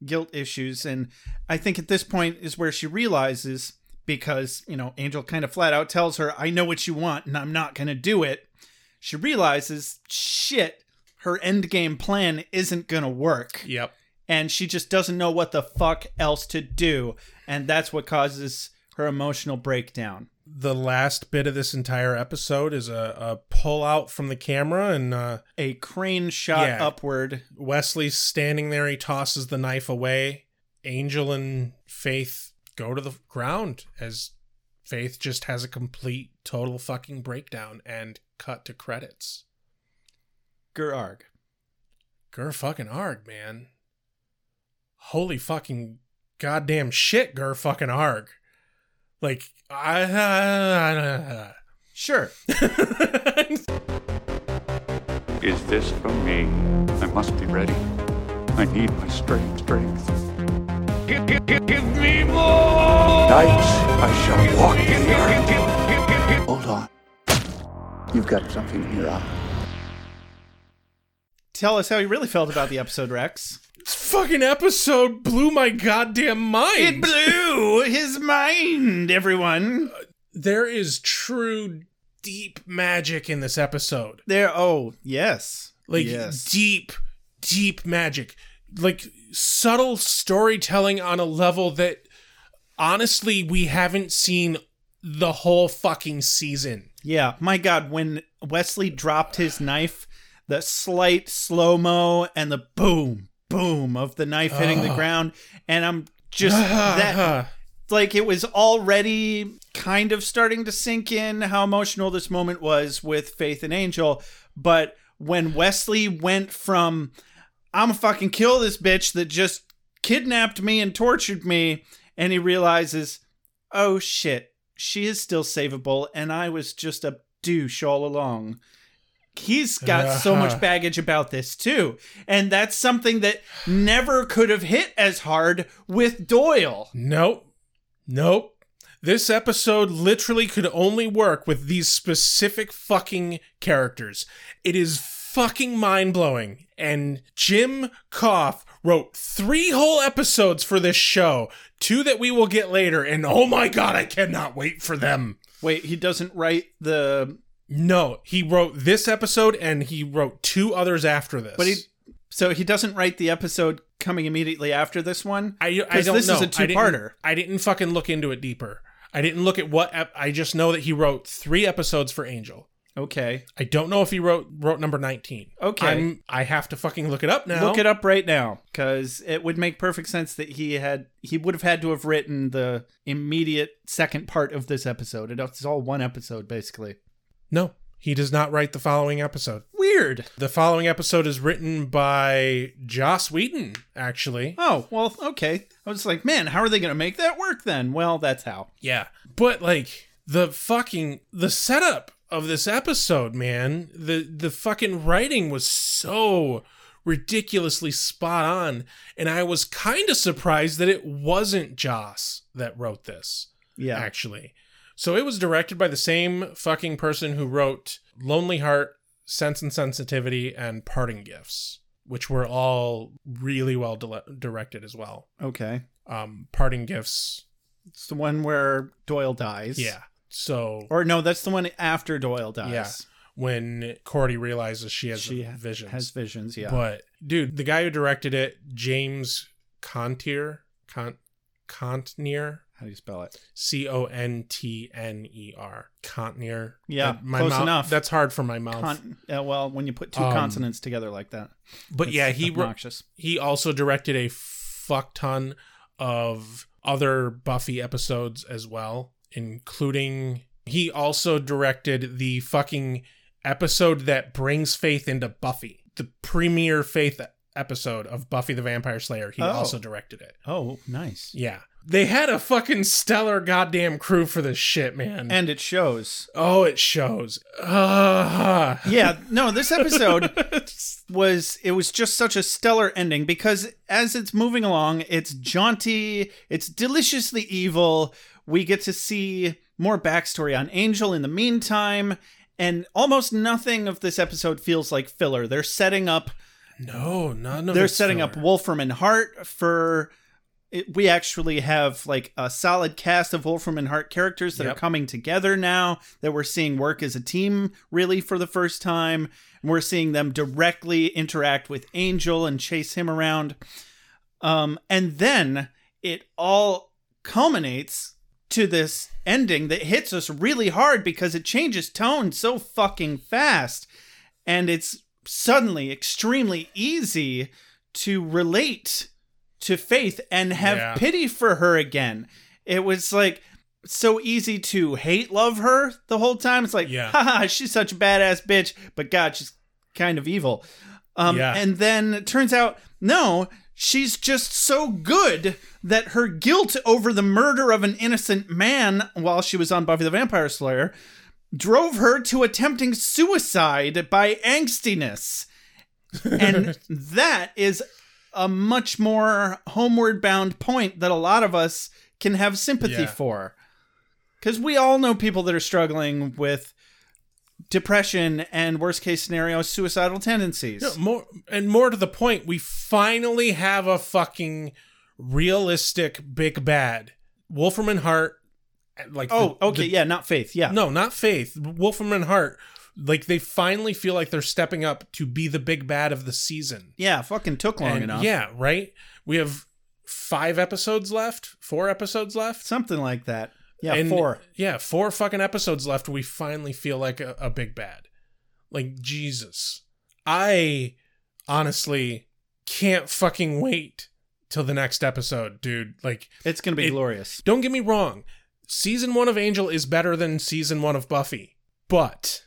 guilt issues, and I think at this point is where she realizes because you know Angel kind of flat out tells her, "I know what you want, and I'm not going to do it." She realizes, shit, her end game plan isn't going to work,
yep.
and she just doesn't know what the fuck else to do, and that's what causes her emotional breakdown.
The last bit of this entire episode is a, a pull out from the camera and uh
A crane shot
Yeah.
upward.
Wesley's standing there. He tosses the knife away. Angel and Faith go to the ground as Faith just has a complete, total fucking breakdown and cut to credits.
Gerarg.
Gur fucking arg, man. Holy fucking goddamn shit, Gur fucking arg. Like, I. (laughs) I- (laughs)
Sure.
I- I-
Is this from me? I must be ready. I need my strength, strength. Give, give, give, give me more! Nights I shall walk in the earth.
Hold on. You've got something in your eye.
Tell us how you really felt about the episode, Rex.
this fucking episode blew my goddamn mind.
It blew his mind, everyone.
there is true deep magic in this episode
There, oh, yes.
like
yes.
deep deep magic like subtle storytelling on a level that honestly we haven't seen the whole fucking season
yeah, my God, when Wesley dropped his knife the slight slow mo and the boom, boom of the knife hitting the
Ugh.
ground. And I'm
(sighs)
(sighs) just that like it was already kind of starting to sink in how emotional this moment was with Faith and Angel. But when Wesley went from I'm gonna fucking kill this bitch that just kidnapped me and tortured me, and he realizes, oh shit, she is still savable, and I was just a douche all along. He's got so much
Uh-huh.
baggage about this too. And that's something that never could have hit as hard with Doyle.
Nope. Nope. This episode literally could only work with these specific fucking characters. It is fucking mind blowing. And Jim Koff wrote three whole episodes for this show, two that we will get later, and oh my god, I cannot wait for them.
Wait, he doesn't write the.
No, he wrote this episode and he wrote two others after this.
But he. So he doesn't write the episode coming immediately after this one?
I, I
'Cause
don't
this
know.
is a
I didn't-
two-parter.
I didn't fucking look into it deeper. I didn't look at what ep- I just know that he wrote three episodes for Angel.
Okay.
I don't know if he wrote wrote number nineteen.
Okay.
I'm, I have to fucking look it up now.
Look it up right now because it would make perfect sense that he had he would have had to have written the immediate second part of this episode. It- It's all one episode basically.
No, he does not write the following episode.
Weird.
The following episode is written by Joss Whedon, actually.
Oh well, okay. I was like, man, how are they going to make that work then? Well, that's how.
Yeah. But like the fucking the setup of this episode, man, the the fucking writing was so ridiculously spot on and I was kind of surprised that it wasn't Joss that wrote this.
Yeah.
Actually. So it was directed by the same fucking person who wrote Lonely Heart, Sense and Sensitivity and Parting Gifts, which were all really well dile- directed as well.
Okay,
Um Parting Gifts.
it's the one where Doyle dies.
Yeah. So
Or no, that's the one after Doyle dies.
when Cordy realizes she has
She ha-
visions.
Has visions. Yeah.
But dude, the guy who directed it, James Contier, Con- Contner,
how do you spell it?
C O N T N E R, Contner.
Yeah,
That- my
close
mouth-
enough.
That's hard for my mouth.
Con- uh, well, when you put two
Um,
consonants together like that.
but
it's
yeah, he wrote-
obnoxious.
he also directed a fuck ton of other Buffy episodes as well, including he also directed the fucking episode that brings Faith into Buffy, the premiere Faith episode of Buffy the Vampire Slayer. He
Oh.
also directed it.
Oh, nice.
Yeah. They had a fucking stellar goddamn crew for this shit, man.
And it shows.
oh, it shows. Uh,
yeah no this episode (laughs) was it was just such a stellar ending because as it's moving along it's jaunty it's deliciously evil we get to see more backstory on angel in the meantime and almost nothing of this episode feels like filler they're setting up
No, none of
they're
it's
setting
filler.
up Wolfram and Hart for. It, we actually have like a solid cast of Wolfram and Hart characters that are
Yep.
coming together now that we're seeing work as a team really for the first time. And we're seeing them directly interact with Angel and chase him around. Um, and then it all culminates to this ending that hits us really hard because it changes tone so fucking fast and it's suddenly extremely easy to relate to Faith and have
Yeah.
pity for her again. It was like so easy to hate love her the whole time. It's like, (laughs)
Yeah.
haha, she's such a badass bitch, but God, she's kind of evil. Um,
Yeah.
And then it turns out, no, she's just so good that her guilt over the murder of an innocent man while she was on Buffy the Vampire Slayer drove her to attempting suicide by angstiness.
(laughs)
And that is a much more homeward bound point that a lot of us can have sympathy
Yeah.
for. Because we all know people that are struggling with depression and, worst case scenario, suicidal tendencies.
No, more and more to the point, we finally have a fucking realistic big bad. Wolfram and Hart, like
oh,
the-
okay.
the-
yeah, not faith. Yeah.
no, not Faith. Wolfram and Hart, like they finally feel like they're stepping up to be the big bad of the season.
Yeah, fucking took long
And
enough.
Yeah, right. We have five episodes left, four episodes left.
Something like that. Yeah,
And-
four.
Yeah, four fucking episodes left. We finally feel like a, a big bad. Like Jesus, I honestly can't fucking wait till the next episode, dude. Like
it's gonna be
it-
glorious. (laughs)
Don't get me wrong. Season one of Angel is better than season one of Buffy, but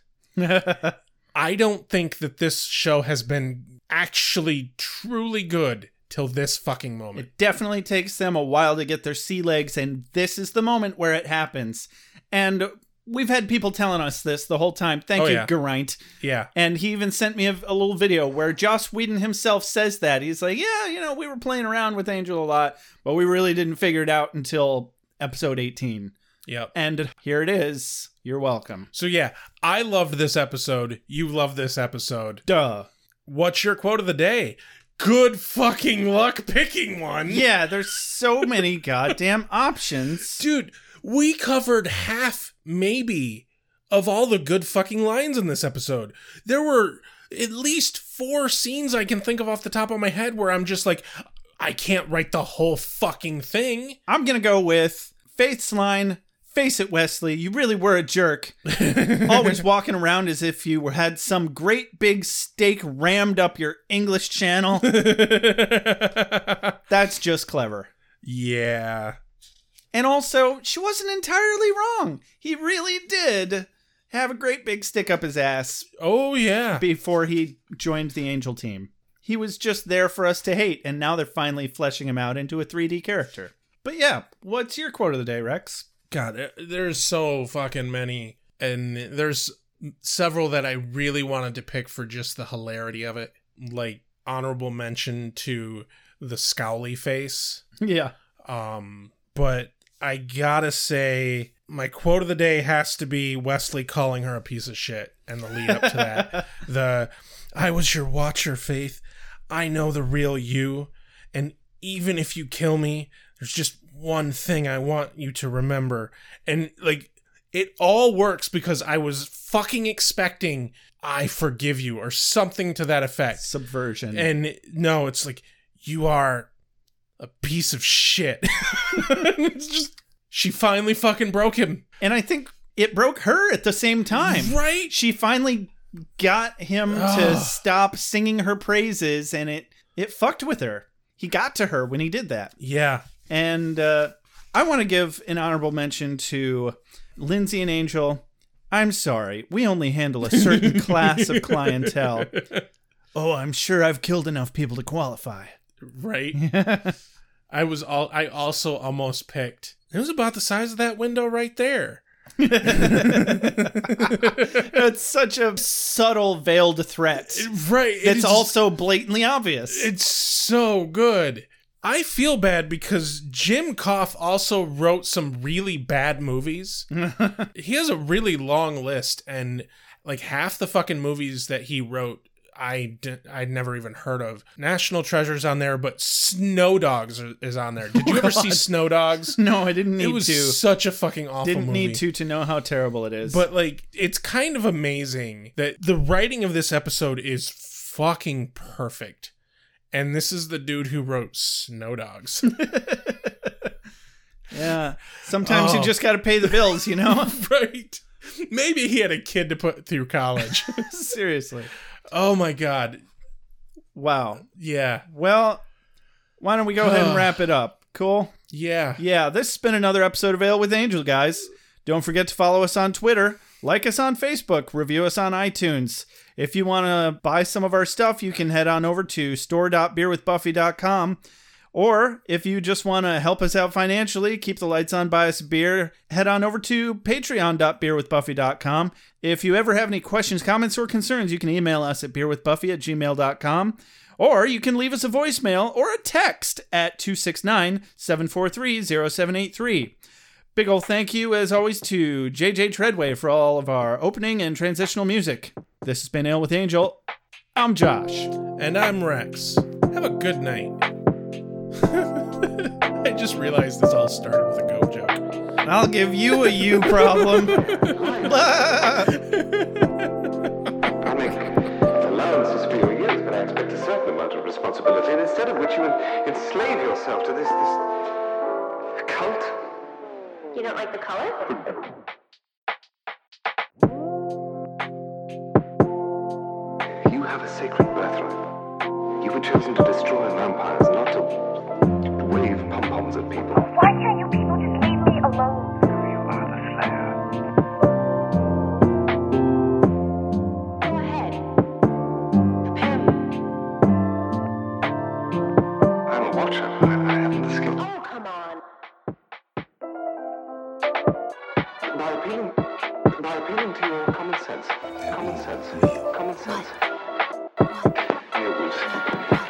I don't think that this show has been actually truly good till this fucking moment.
It definitely takes them a while to get their sea legs, and this is the moment where it happens. And we've had people telling us this the whole time. Thank
Oh,
you,
yeah.
Geraint.
yeah.
And he even sent me a, a little video where Joss Whedon himself says that. He's like, Yeah, you know, we were playing around with Angel a lot, but we really didn't figure it out until episode 18.
Yep.
And here it is. You're welcome.
So yeah, I loved this episode. You loved this episode.
Duh.
What's your quote of the day? Good fucking luck picking one.
Yeah, there's so many goddamn options.
Dude, we covered half, maybe, of all the good fucking lines in this episode. There were at least four scenes I can think of off the top of my head where I'm just like, I can't write the whole fucking thing. (laughs)
I'm gonna go with Faith's line. Face it, Wesley, you really were a jerk. Always walking around as if you were had some great big steak rammed up your English channel. That's just clever.
Yeah.
And also, she wasn't entirely wrong. He really did have a great big stick up his ass
Oh, yeah.
before he joined the Angel team. He was just there for us to hate, and now they're finally fleshing him out into a 3D character. But yeah, what's your quote of the day, Rex?
God, there- there's so fucking many. And there's several that I really wanted to pick for just the hilarity of it. Like, honorable mention to the scowly face.
Yeah.
Um, but I gotta say, my quote of the day has to be Wesley calling her a piece of shit and the lead up to that. the I was your watcher, Faith. I know the real you. And even if you kill me, there's just one thing I want you to remember. And like, it all works because I was fucking expecting I forgive you or something to that effect.
Subversion.
And no, it's like you are a piece of shit. (laughs) it's just she finally fucking broke him.
And I think it broke her at the same time.
Right?
She finally got him to
Ugh.
stop singing her praises and it it fucked with her. He got to her when he did that.
Yeah.
And uh, I want to give an honorable mention to Lindsay and Angel. I'm sorry, we only handle
(laughs)
a certain class of clientele. Oh, I'm sure I've killed enough people to qualify. (laughs)
Right. I was all I also almost picked. It was about the size of that window right there.
It's such a subtle, veiled threat.
Right.
It's also blatantly obvious.
It's so good. I feel bad because Jim Koff also wrote some really bad
(laughs)
movies. he has a really long list, and like half the fucking movies that he wrote, I d- I'd never even heard of. National Treasure's on there, but Snow Dogs are- is on there. Did you ever
(laughs)
see Snow Dogs?
no, I didn't need
It was
to.
such a fucking awful
Didn't
movie.
need to to know how terrible it is.
But like, it's kind of amazing that the writing of this episode is fucking perfect. And this is the dude who wrote Snow Dogs. (laughs)
yeah, sometimes you
Oh.
just got to pay the bills,
(laughs)
you know. (laughs)
right. Maybe he had a kid to put through college. (laughs)
Seriously.
oh my god.
Wow.
Yeah.
Well, why don't we go ahead and wrap it up? Cool.
Yeah.
Yeah, this has been another episode of Ale with Angel, guys. Don't forget to follow us on Twitter, like us on Facebook, review us on iTunes. If you want to buy some of our stuff, you can head on over to store.beerwithbuffy.com. Or if you just want to help us out financially, keep the lights on, buy us a beer, head on over to patreon.beerwithbuffy.com. If you ever have any questions, comments, or concerns, you can email us at beerwithbuffy at gmail.com. Or you can leave us a voicemail or a text at 269 743 0783. Big ol' thank you, as always, to JJ Treadway for all of our opening and transitional music. This has been Ale with Angel. I'm Josh.
And I'm Rex. Have a good night. (laughs) I just realized this all started with a go joke.
I'll give you a you problem. (laughs)
I make allowances for your years, but I expect a certain amount of responsibility, and instead of which you en- enslave yourself to this this cult.
You don't like the color?
You have have a sacred birthright. You were chosen to destroy vampires, not to, to wave pom poms at people.
Why can't you people just leave me alone?
I'm a watcher. I, I haven't the skill. Oh, come on. By appealing, by appealing to your common sense. Common sense. Common sense. Werewolves,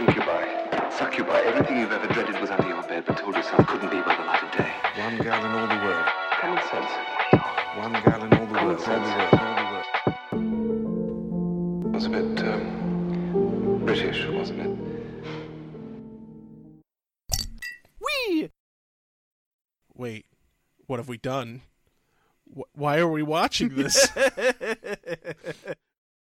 incubi, succubi, everything you've ever dreaded was under your bed but told yourself couldn't be by the light of day. One girl in all the world. Common sense. One girl in all the world. Sense. It was a bit um, British, wasn't it?
Wee!
Wait, (laughs) what have we done? Wh- why are we watching this?